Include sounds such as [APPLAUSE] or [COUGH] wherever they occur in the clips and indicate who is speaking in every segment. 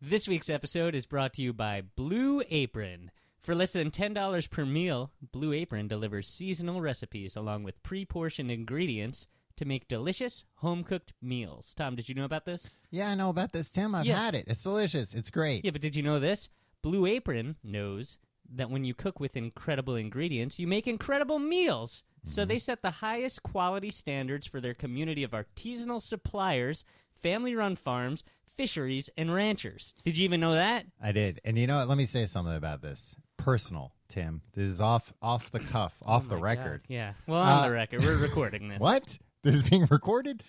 Speaker 1: This week's episode is brought to you by Blue Apron. For less than $10 per meal, Blue Apron delivers seasonal recipes along with pre portioned ingredients to make delicious home cooked meals. Tom, did you know about this?
Speaker 2: Yeah, I know about this, Tim. I've
Speaker 1: Yeah.
Speaker 2: had it. It's delicious. It's great.
Speaker 1: Yeah, but did you know this? Blue Apron knows that when you cook with incredible ingredients, you make incredible meals. So they set the highest quality standards for their community of artisanal suppliers, family run farms, fisheries, and ranchers. Did you even know that?
Speaker 2: I did. And you know what? Let me say something about this. Personal, Tim. This is off off the cuff, off the
Speaker 1: Oh my
Speaker 2: record.
Speaker 1: God, Yeah. Well, on
Speaker 2: Uh,
Speaker 1: the record, we're recording [LAUGHS] this.
Speaker 2: [LAUGHS] What? This is being recorded?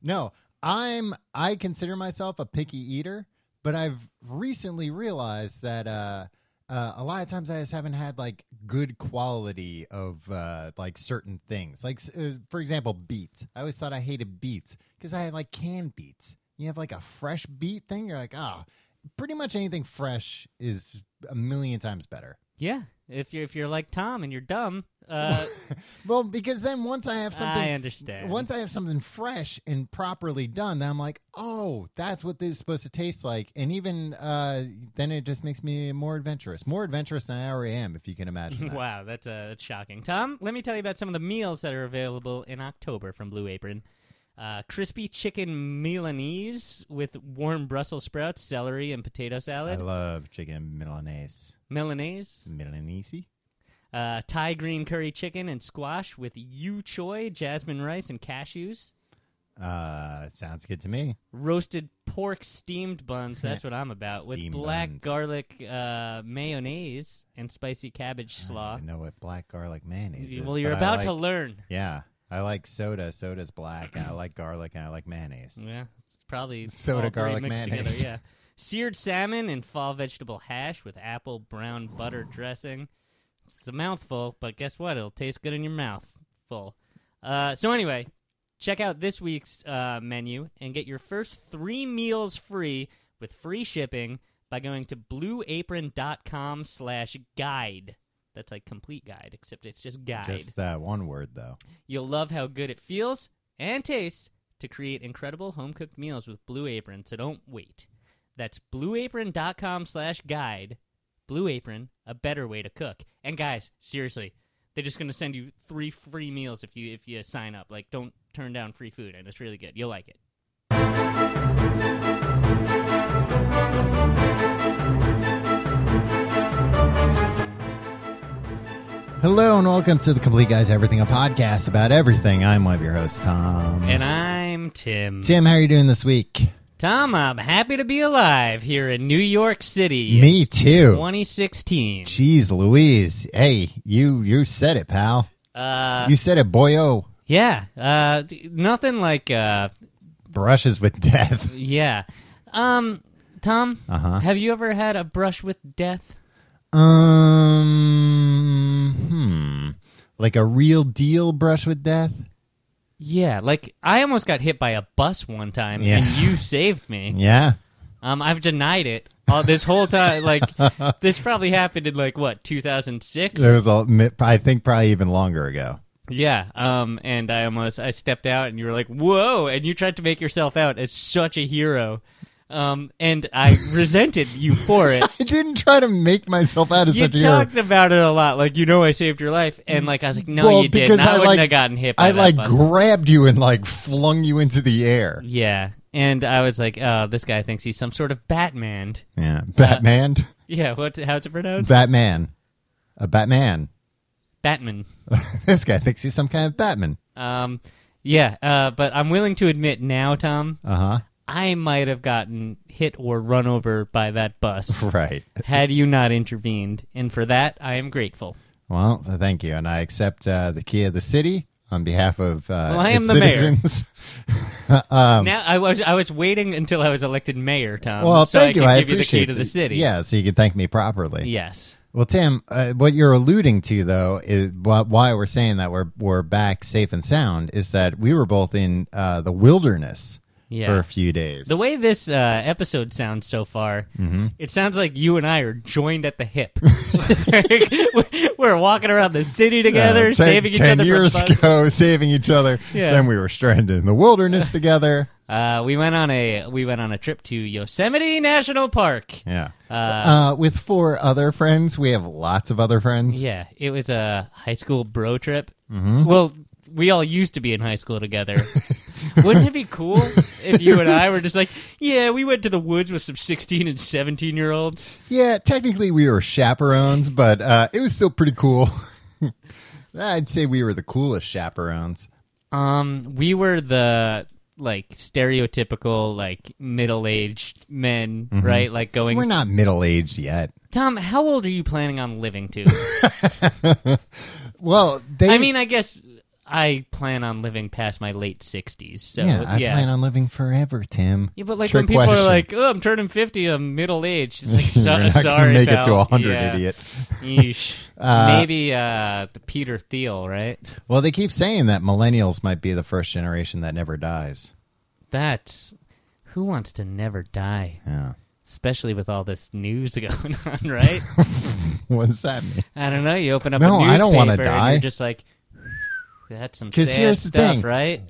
Speaker 2: No, I'm I consider myself a picky eater, but I've recently realized that uh uh, a lot of times I just haven't had like good quality of uh, like certain things. Like s- uh, for example, beets. I always thought I hated beets because I had like canned beets. You have like a fresh beet thing. You're like, ah, pretty much anything fresh is a million times better.
Speaker 1: Yeah. If you're if you're like Tom and you're dumb, uh,
Speaker 2: [LAUGHS] Well, because then once I have something,
Speaker 1: I understand. [LAUGHS]
Speaker 2: Once I have something fresh and properly done, then I'm like, oh, that's what this is supposed to taste like. And even uh, then, it just makes me more adventurous, more adventurous than I already am, if you can
Speaker 1: [LAUGHS]
Speaker 2: imagine. That.
Speaker 1: wow, that's uh, that's shocking. Tom, let me tell you about some of the meals that are available in October from Blue Apron. Uh, crispy chicken Milanese with warm Brussels sprouts, celery, and potato
Speaker 2: I
Speaker 1: salad.
Speaker 2: love chicken milanese,
Speaker 1: Milanese.
Speaker 2: milanese.
Speaker 1: Uh, Thai green curry chicken and squash with yu choy, jasmine rice, and cashews.
Speaker 2: Uh, sounds good to me.
Speaker 1: roasted pork steamed buns. That's what I'm about. with
Speaker 2: Steamed
Speaker 1: black
Speaker 2: buns.
Speaker 1: garlic uh, mayonnaise and spicy cabbage
Speaker 2: I
Speaker 1: slaw.
Speaker 2: don't even know what black garlic Ah, mayonnaise is.
Speaker 1: Well, you're
Speaker 2: but I
Speaker 1: about
Speaker 2: like-
Speaker 1: to learn.
Speaker 2: Yeah, I like soda. Soda's black. and I like garlic, and I like mayonnaise.
Speaker 1: Yeah, it's probably
Speaker 2: Soda,
Speaker 1: all three
Speaker 2: garlic,
Speaker 1: mixed
Speaker 2: mayonnaise.
Speaker 1: Together. Yeah, seared salmon and fall vegetable hash with apple brown butter dressing. It's a mouthful, but guess what? It'll taste good in your mouth full. Uh, so anyway, check out this week's uh, menu and get your first three meals free with free shipping by going to blueapron.com slash guide. That's like complete guide, except it's just guide.
Speaker 2: Just that one word, though.
Speaker 1: You'll love how good it feels and tastes to create incredible home cooked meals with Blue Apron, so don't wait. That's blueapron.com slash guide. Blue Apron, a better way to cook. And guys, seriously, they're just gonna send you three free meals if you if you sign up. Like don't turn down free food and it's really good. You'll like it.
Speaker 2: Hello and welcome to the Complete Guys to Everything, a podcast about everything. I'm one of your hosts, Tom.
Speaker 1: And I'm Tim.
Speaker 2: Tim, how are you doing this week?
Speaker 1: Tom, I'm happy to be alive here in New York City.
Speaker 2: Me
Speaker 1: It's
Speaker 2: too.
Speaker 1: 2016.
Speaker 2: Jeez, Louise. Hey, you you said it, pal.
Speaker 1: Uh,
Speaker 2: you said it, boyo.
Speaker 1: yeah. Uh, th- nothing like uh,
Speaker 2: Brushes with death. [LAUGHS]
Speaker 1: Yeah. Um, Tom,
Speaker 2: Uh-huh.
Speaker 1: have you ever had a brush with death?
Speaker 2: Um, hmm. Like a real deal brush with death?
Speaker 1: Yeah, like I almost got hit by a bus one time,
Speaker 2: Yeah.
Speaker 1: and you saved
Speaker 2: [LAUGHS]
Speaker 1: me.
Speaker 2: Yeah.
Speaker 1: Um, I've denied it all this whole
Speaker 2: [LAUGHS]
Speaker 1: time. Like this probably happened in like what 2006.
Speaker 2: There was a, mi- I think probably even longer ago.
Speaker 1: Yeah. Um, and I almost I stepped out, and you were like, "Whoa!" And you tried to make yourself out as such a hero. Um, and
Speaker 2: [LAUGHS]
Speaker 1: I resented you for it.
Speaker 2: I didn't try to make myself out as
Speaker 1: You
Speaker 2: such a hero.
Speaker 1: talked about it a lot, like you know I saved your life, and like I was like, no,
Speaker 2: Mm-hmm. Well,
Speaker 1: you didn't.
Speaker 2: because
Speaker 1: I,
Speaker 2: I,
Speaker 1: wouldn't
Speaker 2: like-
Speaker 1: have gotten hit. By
Speaker 2: I
Speaker 1: that
Speaker 2: like
Speaker 1: bus.
Speaker 2: grabbed you and like flung you into the air.
Speaker 1: Yeah, and I was like, oh, this guy thinks he's some sort of Batman. [LAUGHS]
Speaker 2: Yeah. Batman.
Speaker 1: Yeah, what? How's it pronounced?
Speaker 2: Batman. A Batman. [LAUGHS]
Speaker 1: Batman.
Speaker 2: this guy thinks he's some kind of Batman.
Speaker 1: Um, yeah, uh, but I'm willing to admit now, Tom,
Speaker 2: Uh
Speaker 1: I might have gotten hit or run over by that bus
Speaker 2: huh. [LAUGHS] Right.
Speaker 1: had you not intervened, and for that I am grateful.
Speaker 2: Well, th- thank you, and I accept uh, the key of the city on behalf of uh,
Speaker 1: Well, I am
Speaker 2: its
Speaker 1: the mayor. [LAUGHS]
Speaker 2: citizens.
Speaker 1: now I was I was waiting until I was elected mayor, Tom,
Speaker 2: Um, well,
Speaker 1: so
Speaker 2: thank
Speaker 1: I
Speaker 2: you.
Speaker 1: could
Speaker 2: I
Speaker 1: give you the
Speaker 2: appreciate
Speaker 1: key to the
Speaker 2: it.
Speaker 1: city.
Speaker 2: Yeah, so you can thank me properly.
Speaker 1: Yes.
Speaker 2: Well, Tim, uh, what you're alluding to though is wh- why we're saying that we're we're back safe and sound is that we were both in uh, the wilderness
Speaker 1: Yeah.
Speaker 2: for a few days.
Speaker 1: The way this uh, episode sounds so far,
Speaker 2: Mm-hmm.
Speaker 1: it sounds like you and I are joined at the hip. [LAUGHS] We're walking around the city
Speaker 2: Uh,
Speaker 1: together,
Speaker 2: ten-
Speaker 1: saving each
Speaker 2: ten
Speaker 1: other
Speaker 2: years
Speaker 1: from bugs.
Speaker 2: ago, [LAUGHS] saving each other.
Speaker 1: Yeah. [LAUGHS]
Speaker 2: Then we were stranded in the wilderness together.
Speaker 1: Uh, we went on a we went on a trip to Yosemite National Park.
Speaker 2: Yeah.
Speaker 1: Uh,
Speaker 2: Uh, with four other friends, we have lots of other friends.
Speaker 1: yeah, it was a high school bro trip.
Speaker 2: hmm
Speaker 1: Well, we all used to be in high school together. [LAUGHS] Wouldn't it be cool if you and I were just like, yeah, we went to the woods with some sixteen and seventeen year olds?
Speaker 2: Yeah, technically we were chaperones, but uh, it was still pretty cool. [LAUGHS] I'd say we were the coolest chaperones.
Speaker 1: Um, we were the like stereotypical like middle aged men,
Speaker 2: Mhm.
Speaker 1: right? Like going.
Speaker 2: We're not middle aged yet.
Speaker 1: Tom, how old are you planning on living [LAUGHS] to?
Speaker 2: well, they.
Speaker 1: I mean, I guess I plan on living past my late sixties. So
Speaker 2: yeah,
Speaker 1: yeah.
Speaker 2: I plan on living forever, Tim.
Speaker 1: Yeah, but like
Speaker 2: Trick
Speaker 1: when people
Speaker 2: question.
Speaker 1: are like, "Oh, I'm turning fifty, I'm middle aged."
Speaker 2: [LAUGHS]
Speaker 1: It's like, so,
Speaker 2: You're not gonna
Speaker 1: sorry,
Speaker 2: make
Speaker 1: pal.
Speaker 2: it to a hundred,
Speaker 1: yeah.
Speaker 2: idiot.
Speaker 1: Yeesh.
Speaker 2: [LAUGHS] Uh,
Speaker 1: Maybe uh, the Peter Thiel, right?
Speaker 2: Well, they keep saying that millennials might be the first generation that never dies.
Speaker 1: That's who wants to never die,
Speaker 2: Yeah. [LAUGHS]
Speaker 1: especially with all this news [LAUGHS] going on, right?
Speaker 2: What does that mean?
Speaker 1: I don't know. You open up
Speaker 2: No,
Speaker 1: a newspaper,
Speaker 2: I don't wanna
Speaker 1: and
Speaker 2: die.
Speaker 1: you're just like, "That's some
Speaker 2: 'Cause
Speaker 1: sad
Speaker 2: here's the
Speaker 1: stuff,
Speaker 2: thing.
Speaker 1: right?"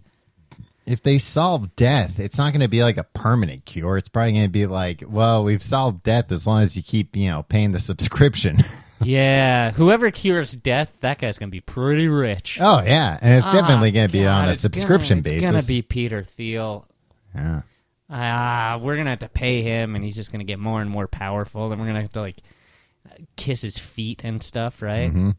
Speaker 2: If they solve death, it's not going to be like a permanent cure. It's probably going to be like, well, we've solved death as long as you keep, you know, paying the subscription. [LAUGHS]
Speaker 1: yeah, whoever cures death, that guy's gonna be pretty rich.
Speaker 2: Oh yeah, and it's
Speaker 1: Ah,
Speaker 2: definitely going to be on
Speaker 1: God,
Speaker 2: a
Speaker 1: it's
Speaker 2: subscription
Speaker 1: gonna,
Speaker 2: basis.
Speaker 1: It's gonna be Peter Thiel.
Speaker 2: yeah.
Speaker 1: Ah, we're gonna have to pay him, and he's just gonna get more and more powerful, and we're gonna have to like kiss his feet and stuff, right?
Speaker 2: Mm-hmm.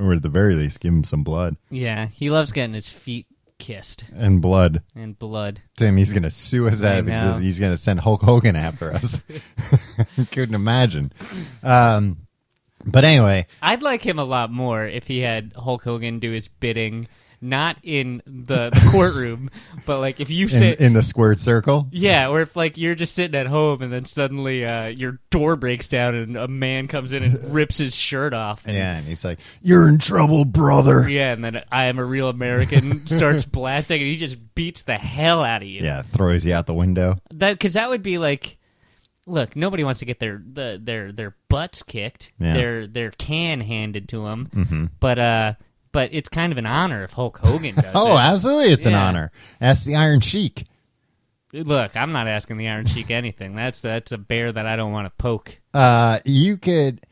Speaker 2: Or at the very least, give him some blood
Speaker 1: Yeah, he loves getting his feet kissed
Speaker 2: and blood.
Speaker 1: and blood.
Speaker 2: Tim, he's going to sue us out
Speaker 1: I
Speaker 2: of
Speaker 1: know.
Speaker 2: existence. He's going to send Hulk Hogan after us. [LAUGHS] Couldn't imagine. Um, but anyway,
Speaker 1: I'd like him a lot more if he had Hulk Hogan do his bidding, not in
Speaker 2: [LAUGHS]
Speaker 1: the, the courtroom, but like if you
Speaker 2: in,
Speaker 1: say.
Speaker 2: in the squared circle,
Speaker 1: yeah, or if like you're just sitting at home and then suddenly uh, your door breaks down and a man comes in and
Speaker 2: [LAUGHS]
Speaker 1: rips his shirt off and
Speaker 2: yeah, and he's like, "You're in trouble, brother."
Speaker 1: Yeah, and then I am a real American
Speaker 2: [LAUGHS]
Speaker 1: starts blasting, and he just beats the hell out of you.
Speaker 2: Yeah, throws you out the window.
Speaker 1: that because that would be like, look, nobody wants to get their the, their their butts kicked,
Speaker 2: Yeah.
Speaker 1: their their can handed to them.
Speaker 2: Mm-hmm.
Speaker 1: But uh, but it's kind of an honor if Hulk Hogan
Speaker 2: [LAUGHS]
Speaker 1: does
Speaker 2: Oh,
Speaker 1: it.
Speaker 2: absolutely, it's an
Speaker 1: Yeah.
Speaker 2: honor. That's the Iron Sheik.
Speaker 1: Look, I'm not asking the Iron Cheek anything. That's that's a bear that I don't want to poke.
Speaker 2: uh, you could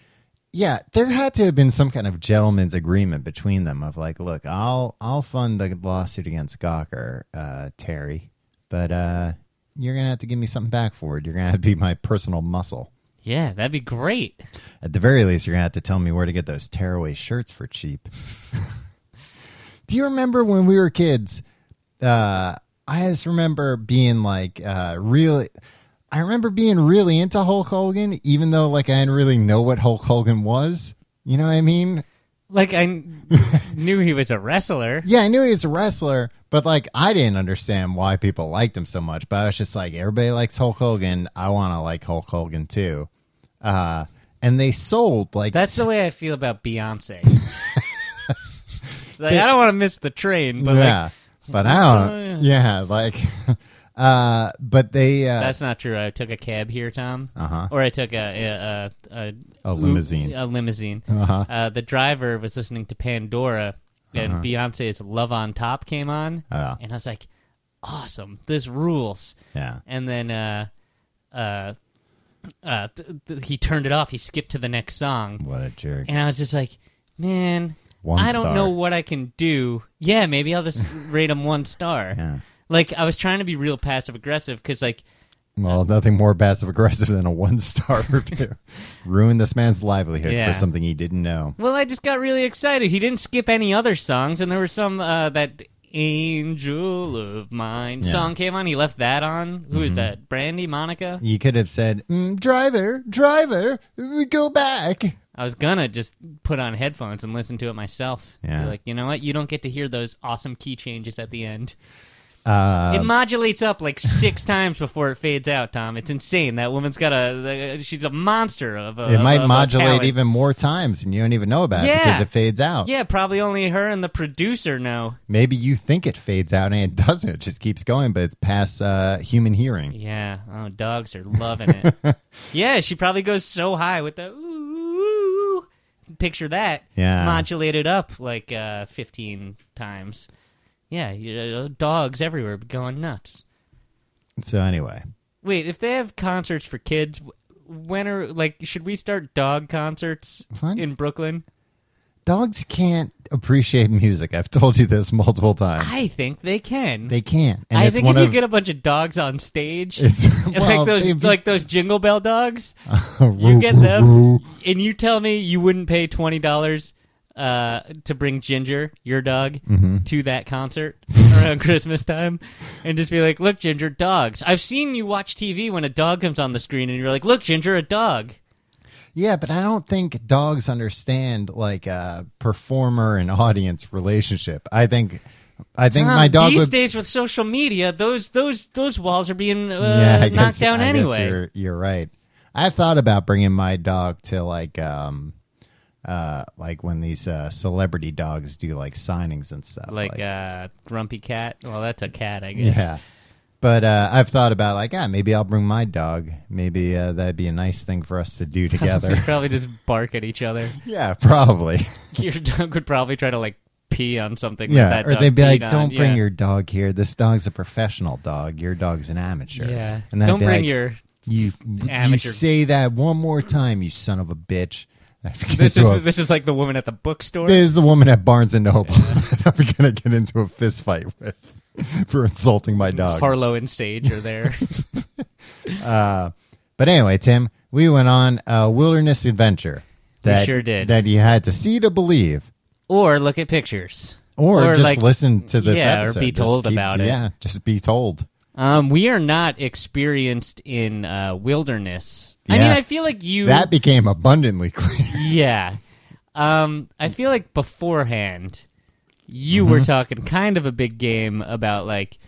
Speaker 2: yeah there had to have been some kind of gentleman's agreement between them of like look i'll i'll fund the lawsuit against gawker uh, terry but uh, you're gonna have to give me something back for it you're gonna have to be my personal muscle
Speaker 1: Yeah, that'd be great.
Speaker 2: at the very least you're gonna have to tell me where to get those tearaway shirts for cheap do you remember when we were kids uh, i just remember being like uh, really I remember being really into Hulk Hogan, even though like I didn't really know what Hulk Hogan was. You know what I mean?
Speaker 1: Like I
Speaker 2: [LAUGHS]
Speaker 1: kn- knew he was a wrestler.
Speaker 2: Yeah, I knew he was a wrestler, but like I didn't understand why people liked him so much. But I was just like, everybody likes Hulk Hogan. I want to like Hulk Hogan too. Uh, and they sold like
Speaker 1: That's the way I feel about
Speaker 2: [LAUGHS]
Speaker 1: Beyonce. like I don't want to miss the train, but like,
Speaker 2: yeah, but I don't.
Speaker 1: Oh,
Speaker 2: yeah. like, [LAUGHS] uh, but they uh
Speaker 1: that's not true. I took a cab here, Tom,
Speaker 2: huh
Speaker 1: or I took a a, a, a
Speaker 2: Uh-huh. a
Speaker 1: loo-
Speaker 2: limousine.
Speaker 1: A
Speaker 2: [LAUGHS]
Speaker 1: limousine. [LAUGHS]
Speaker 2: Uh huh.
Speaker 1: Uh, the driver was listening to Pandora, and
Speaker 2: Uh-huh.
Speaker 1: Beyonce's "Love on Top" came on,
Speaker 2: Uh,
Speaker 1: and I was like, "Awesome, this rules!"
Speaker 2: yeah.
Speaker 1: And then uh, uh, uh, th- th- he turned it off. He skipped to the next song,
Speaker 2: What a jerk.
Speaker 1: and I was just like, "Man,
Speaker 2: One.
Speaker 1: I don't
Speaker 2: star.
Speaker 1: know what I can do. Yeah, maybe I'll
Speaker 2: [LAUGHS]
Speaker 1: just rate him one star.
Speaker 2: Yeah.
Speaker 1: Like I was trying to be real passive aggressive because like
Speaker 2: Well, nothing more passive aggressive than a one [LAUGHS] star review. Ruin this man's livelihood
Speaker 1: Yeah.
Speaker 2: for something he didn't know.
Speaker 1: well I just got really excited. He didn't skip any other songs and there was some uh that Angel of Mine
Speaker 2: Yeah.
Speaker 1: song came on. He left that on. Who is
Speaker 2: Mhm.
Speaker 1: that? Brandy Monica?
Speaker 2: You could have said, mm, "Driver, driver, we go back."
Speaker 1: I was gonna just put on headphones and listen to it myself. Be
Speaker 2: Yeah.
Speaker 1: like, you know what? You don't get to hear those awesome key changes at the end. it
Speaker 2: Um,
Speaker 1: modulates up
Speaker 2: [LAUGHS]
Speaker 1: like six times before it fades out, Tom. It's insane. That woman's got a. She's a monster of a.
Speaker 2: it might
Speaker 1: of a
Speaker 2: modulate
Speaker 1: talent.
Speaker 2: even more times, and you don't even know about it because
Speaker 1: Uh, Yeah.
Speaker 2: it fades out.
Speaker 1: Yeah, probably only her and the producer know.
Speaker 2: Maybe you think it fades out, and it [LAUGHS] doesn't. It just keeps going, but it's past uh, human hearing.
Speaker 1: Yeah. Oh, dogs are loving it.
Speaker 2: [LAUGHS]
Speaker 1: yeah, she probably goes so high with the. Ooh, picture that
Speaker 2: Yeah,
Speaker 1: modulated up like uh, fifteen times. Yeah, you- uh, dogs everywhere going nuts.
Speaker 2: So anyway,
Speaker 1: Wait, if they have concerts for kids, wh- when are like should we start dog concerts
Speaker 2: Fun.
Speaker 1: in Brooklyn?
Speaker 2: dogs can't appreciate music. I've told you this multiple times.
Speaker 1: I think they can.
Speaker 2: they can't. And
Speaker 1: I
Speaker 2: it's
Speaker 1: think
Speaker 2: one
Speaker 1: if you
Speaker 2: of
Speaker 1: get a bunch of dogs on stage,
Speaker 2: [LAUGHS] it's [LAUGHS]
Speaker 1: [LAUGHS]
Speaker 2: well,
Speaker 1: like those
Speaker 2: they- [LAUGHS]
Speaker 1: like those jingle bell dogs,
Speaker 2: Woo,
Speaker 1: you get
Speaker 2: woo,
Speaker 1: them,
Speaker 2: [LAUGHS] woo.
Speaker 1: and you tell me you wouldn't pay twenty dollars uh, to bring Ginger, your dog,
Speaker 2: Mm-hmm.
Speaker 1: to that concert around [LAUGHS] Christmas time, and just be like, "Look, Ginger, dogs. I've seen you watch TV when a dog comes on the screen, and you're like, "Look, Ginger, a dog."
Speaker 2: Yeah, but I don't think dogs understand like a performer and audience relationship. I think I think
Speaker 1: Tom,
Speaker 2: my dog
Speaker 1: these
Speaker 2: would
Speaker 1: days with social media, those those those walls are being uh,
Speaker 2: [LAUGHS] yeah, I
Speaker 1: knocked
Speaker 2: guess,
Speaker 1: down
Speaker 2: I guess
Speaker 1: anyway.
Speaker 2: you're, you're right. I thought about bringing my dog to like um uh like when these uh celebrity dogs do like signings and stuff
Speaker 1: like uh, grumpy cat. Well, that's a cat, I guess.
Speaker 2: yeah. But uh, I've thought about like, ah, maybe I'll bring my dog. Maybe uh, that'd be a nice thing for us
Speaker 1: [LAUGHS]
Speaker 2: to do
Speaker 1: They
Speaker 2: together.
Speaker 1: probably just bark at each other.
Speaker 2: [LAUGHS] yeah, probably.
Speaker 1: [LAUGHS] Your dog would probably try to like pee on something. that
Speaker 2: [LAUGHS] Yeah,
Speaker 1: that
Speaker 2: or
Speaker 1: dog
Speaker 2: they'd be like,
Speaker 1: peed on.
Speaker 2: "Don't bring
Speaker 1: Yeah.
Speaker 2: your dog here. This dog's a professional dog. Your dog's an
Speaker 1: [LAUGHS]
Speaker 2: amateur."
Speaker 1: yeah.
Speaker 2: and then
Speaker 1: Don't
Speaker 2: be
Speaker 1: bring
Speaker 2: like, [LAUGHS]
Speaker 1: your.
Speaker 2: you.
Speaker 1: amateur."
Speaker 2: You say that one more time, you son of a bitch. [LAUGHS] I'm gonna
Speaker 1: This
Speaker 2: do
Speaker 1: is
Speaker 2: a-
Speaker 1: this is like the woman at the bookstore.
Speaker 2: [LAUGHS] this is the woman at Barnes and Noble. [LAUGHS] that I'm gonna get into a fist fight with [LAUGHS] for insulting my dog.
Speaker 1: Harlow and Sage are
Speaker 2: [LAUGHS]
Speaker 1: there.
Speaker 2: Uh, but anyway, Tim, we went on a wilderness adventure.
Speaker 1: We
Speaker 2: That,
Speaker 1: sure did.
Speaker 2: That you had to see to believe,
Speaker 1: or look at pictures.
Speaker 2: or,
Speaker 1: Or,
Speaker 2: just
Speaker 1: like,
Speaker 2: listen to this
Speaker 1: yeah, or
Speaker 2: episode.
Speaker 1: be
Speaker 2: Just
Speaker 1: told
Speaker 2: keep-
Speaker 1: about it.
Speaker 2: Yeah, just be told.
Speaker 1: Um, we are not experienced in uh, wilderness. I mean,
Speaker 2: Yeah.
Speaker 1: I feel like you.
Speaker 2: That became abundantly [LAUGHS] clear.
Speaker 1: yeah. Um, I feel like beforehand, you
Speaker 2: Mm-hmm.
Speaker 1: were talking kind of a big game about like,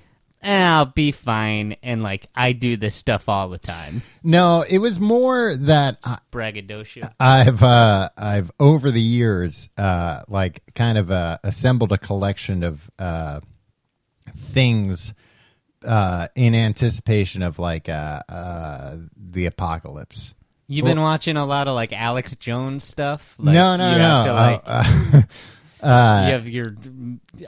Speaker 1: eh, I'll be fine, and like I do this stuff all the time.
Speaker 2: No, it was more that I-
Speaker 1: Braggadocio.
Speaker 2: I've uh, I've over the years uh, like kind of uh, assembled a collection of uh, things uh, in anticipation of like uh, uh, the apocalypse.
Speaker 1: You've been watching a lot of like Alex Jones stuff. Like,
Speaker 2: no, no,
Speaker 1: you
Speaker 2: no.
Speaker 1: Have to, like,
Speaker 2: uh, [LAUGHS] uh,
Speaker 1: you have your.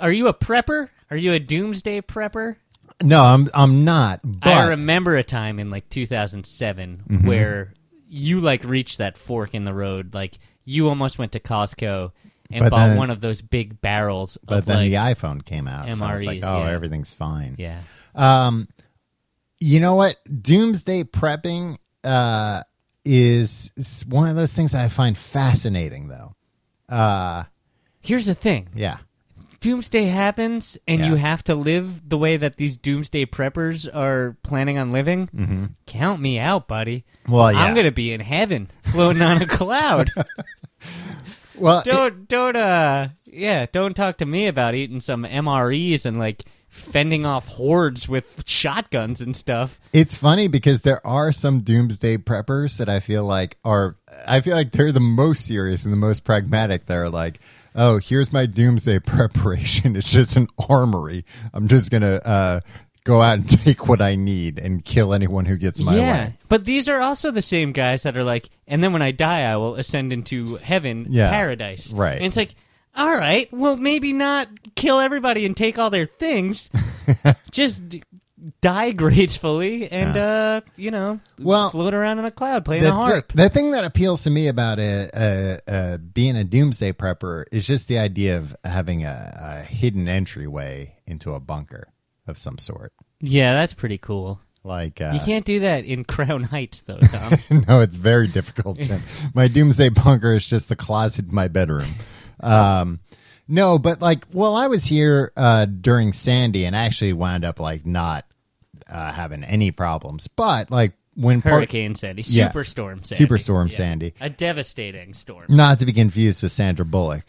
Speaker 1: Are you a prepper? Are you a doomsday prepper?
Speaker 2: no, I'm I'm not. But Mm-hmm.
Speaker 1: I remember a time in like 2007 where you like reached that fork in the road. Like you almost went to Costco and
Speaker 2: But
Speaker 1: bought
Speaker 2: then-
Speaker 1: one of those big barrels
Speaker 2: but
Speaker 1: of like
Speaker 2: then the iPhone came out, so I was like,
Speaker 1: MREs,
Speaker 2: oh,
Speaker 1: yeah.
Speaker 2: everything's fine.
Speaker 1: yeah.
Speaker 2: Um, you know what? Doomsday prepping uh, is s- one of those things I find fascinating, though. Uh,
Speaker 1: Here's the thing:
Speaker 2: yeah,
Speaker 1: doomsday happens, and
Speaker 2: Yeah.
Speaker 1: you have to live the way that these doomsday preppers are planning on living. Mm-hmm. Count me out, buddy.
Speaker 2: Well, Oh, yeah.
Speaker 1: I'm gonna be in heaven, floating on a
Speaker 2: [LAUGHS]
Speaker 1: cloud.
Speaker 2: well, it-
Speaker 1: don't don't uh yeah don't talk to me about eating some mres and like fending off hordes with shotguns and stuff
Speaker 2: it's funny because there are some doomsday preppers that I feel like are I feel like they're the most serious and the most pragmatic. They're like, oh, here's my doomsday [LAUGHS] preparation. It's just an armory. I'm just gonna uh, go out and [LAUGHS] take what I need and kill anyone who gets in my
Speaker 1: yeah
Speaker 2: way.
Speaker 1: but these are also the same guys that are like and then when i die i will ascend into heaven
Speaker 2: Yeah,
Speaker 1: paradise
Speaker 2: right.
Speaker 1: and it's like all right well maybe not kill everybody and take all their
Speaker 2: [LAUGHS]
Speaker 1: things just d- die gracefully and uh you know
Speaker 2: Well,
Speaker 1: float around in a cloud playing
Speaker 2: the,
Speaker 1: a harp
Speaker 2: the- the thing that appeals to me about a, uh uh being a doomsday prepper is just the idea of having a, a hidden entryway into a bunker of some sort.
Speaker 1: yeah that's pretty cool
Speaker 2: Like uh,
Speaker 1: you can't do that in [LAUGHS] crown heights though
Speaker 2: [LAUGHS]
Speaker 1: tom
Speaker 2: no, it's very difficult. Tim. my doomsday bunker is just the closet in my bedroom. Um, no, but like, well, I was here uh, during Sandy and actually wound up like not uh, having any problems. But like when part-
Speaker 1: Hurricane Sandy,
Speaker 2: Yeah.
Speaker 1: Superstorm Sandy,
Speaker 2: Superstorm
Speaker 1: Yeah.
Speaker 2: Sandy, Mm.
Speaker 1: a devastating storm.
Speaker 2: not to be confused with Sandra Bullock,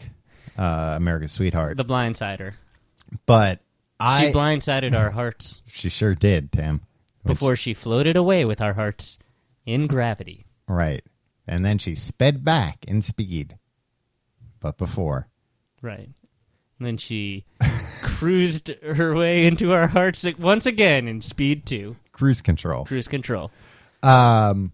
Speaker 2: uh, America's sweetheart.
Speaker 1: The Blindsider.
Speaker 2: But
Speaker 1: She
Speaker 2: I,
Speaker 1: blindsided
Speaker 2: [SIGHS]
Speaker 1: our hearts
Speaker 2: she sure did, Tim. When
Speaker 1: before she floated away with our hearts in gravity.
Speaker 2: she- right, and then she sped back in speed. But before,
Speaker 1: Right. And then
Speaker 2: [LAUGHS]
Speaker 1: she cruised her way into our hearts once again in Speed Two,
Speaker 2: cruise control.
Speaker 1: Cruise Control.
Speaker 2: Um,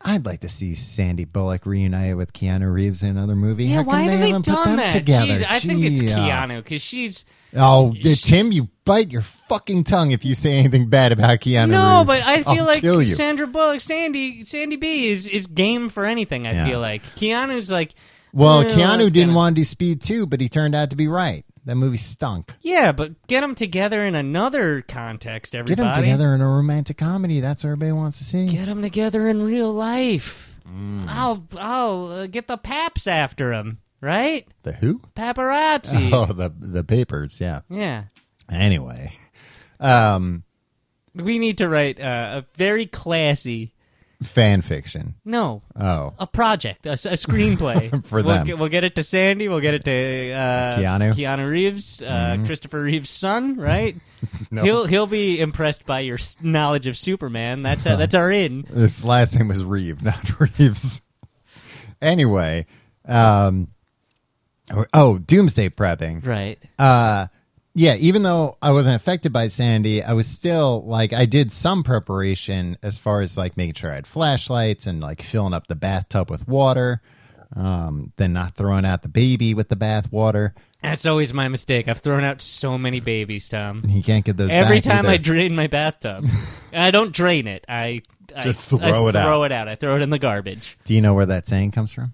Speaker 2: I'd like to see Sandy Bullock reunited with Keanu Reeves in another movie.
Speaker 1: Yeah,
Speaker 2: How come
Speaker 1: why haven't they,
Speaker 2: haven't put
Speaker 1: done
Speaker 2: them
Speaker 1: that?
Speaker 2: together?
Speaker 1: Jeez, I think it's
Speaker 2: Gee, uh,
Speaker 1: Keanu because she's
Speaker 2: Oh, d-
Speaker 1: She-
Speaker 2: Tim, you bite your fucking tongue if you say anything bad about Keanu
Speaker 1: no,
Speaker 2: Reeves.
Speaker 1: but I feel
Speaker 2: I'll
Speaker 1: like
Speaker 2: kill you.
Speaker 1: Sandra Bullock, Sandy, Sandy B is is game for anything. I
Speaker 2: Yeah.
Speaker 1: feel like Keanu's like,
Speaker 2: well,
Speaker 1: "No,
Speaker 2: Keanu
Speaker 1: it's
Speaker 2: didn't
Speaker 1: gonna-"
Speaker 2: want to do Speed 2, but he turned out to be right. That movie stunk.
Speaker 1: yeah, but get them together in another context.
Speaker 2: Get
Speaker 1: Everybody,
Speaker 2: them together in a romantic comedy. That's what everybody wants to see.
Speaker 1: Get 'em together in real life.
Speaker 2: Mm.
Speaker 1: I'll I'll uh, get the paps after him, right?
Speaker 2: The who?
Speaker 1: Paparazzi.
Speaker 2: [LAUGHS] Oh, the the papers. Yeah.
Speaker 1: Yeah.
Speaker 2: Anyway, [LAUGHS] um,
Speaker 1: We need to write uh, a very classy.
Speaker 2: fan fiction.
Speaker 1: No,
Speaker 2: Oh,
Speaker 1: a project, a, s- a screenplay
Speaker 2: [LAUGHS] For
Speaker 1: we'll
Speaker 2: them.
Speaker 1: Get, we'll get it to Sandy. We'll get it to uh,
Speaker 2: Keanu. Mm-hmm.
Speaker 1: Keanu Reeves, uh, Christopher Reeves' son. Right?
Speaker 2: [LAUGHS] No.
Speaker 1: He'll he'll be impressed by your s- knowledge of Superman. That's how, that's our in.
Speaker 2: His last name was Reeve, [LAUGHS] not Reeves. anyway, um, or- oh, doomsday prepping.
Speaker 1: Right.
Speaker 2: Uh, yeah, even though I wasn't affected by Sandy, I was still like, I did some preparation as far as like making sure I had flashlights and like filling up the bathtub with water, um, then not throwing out the baby with the bath water.
Speaker 1: That's always my mistake. I've thrown out so many babies, Tom.
Speaker 2: You can't get those
Speaker 1: Every
Speaker 2: back
Speaker 1: time
Speaker 2: either.
Speaker 1: I drain my
Speaker 2: [LAUGHS]
Speaker 1: bathtub, And I don't drain it. I I-
Speaker 2: Just
Speaker 1: I
Speaker 2: throw it out.
Speaker 1: Throw it out. I throw it in the garbage.
Speaker 2: Do you know where that saying comes from?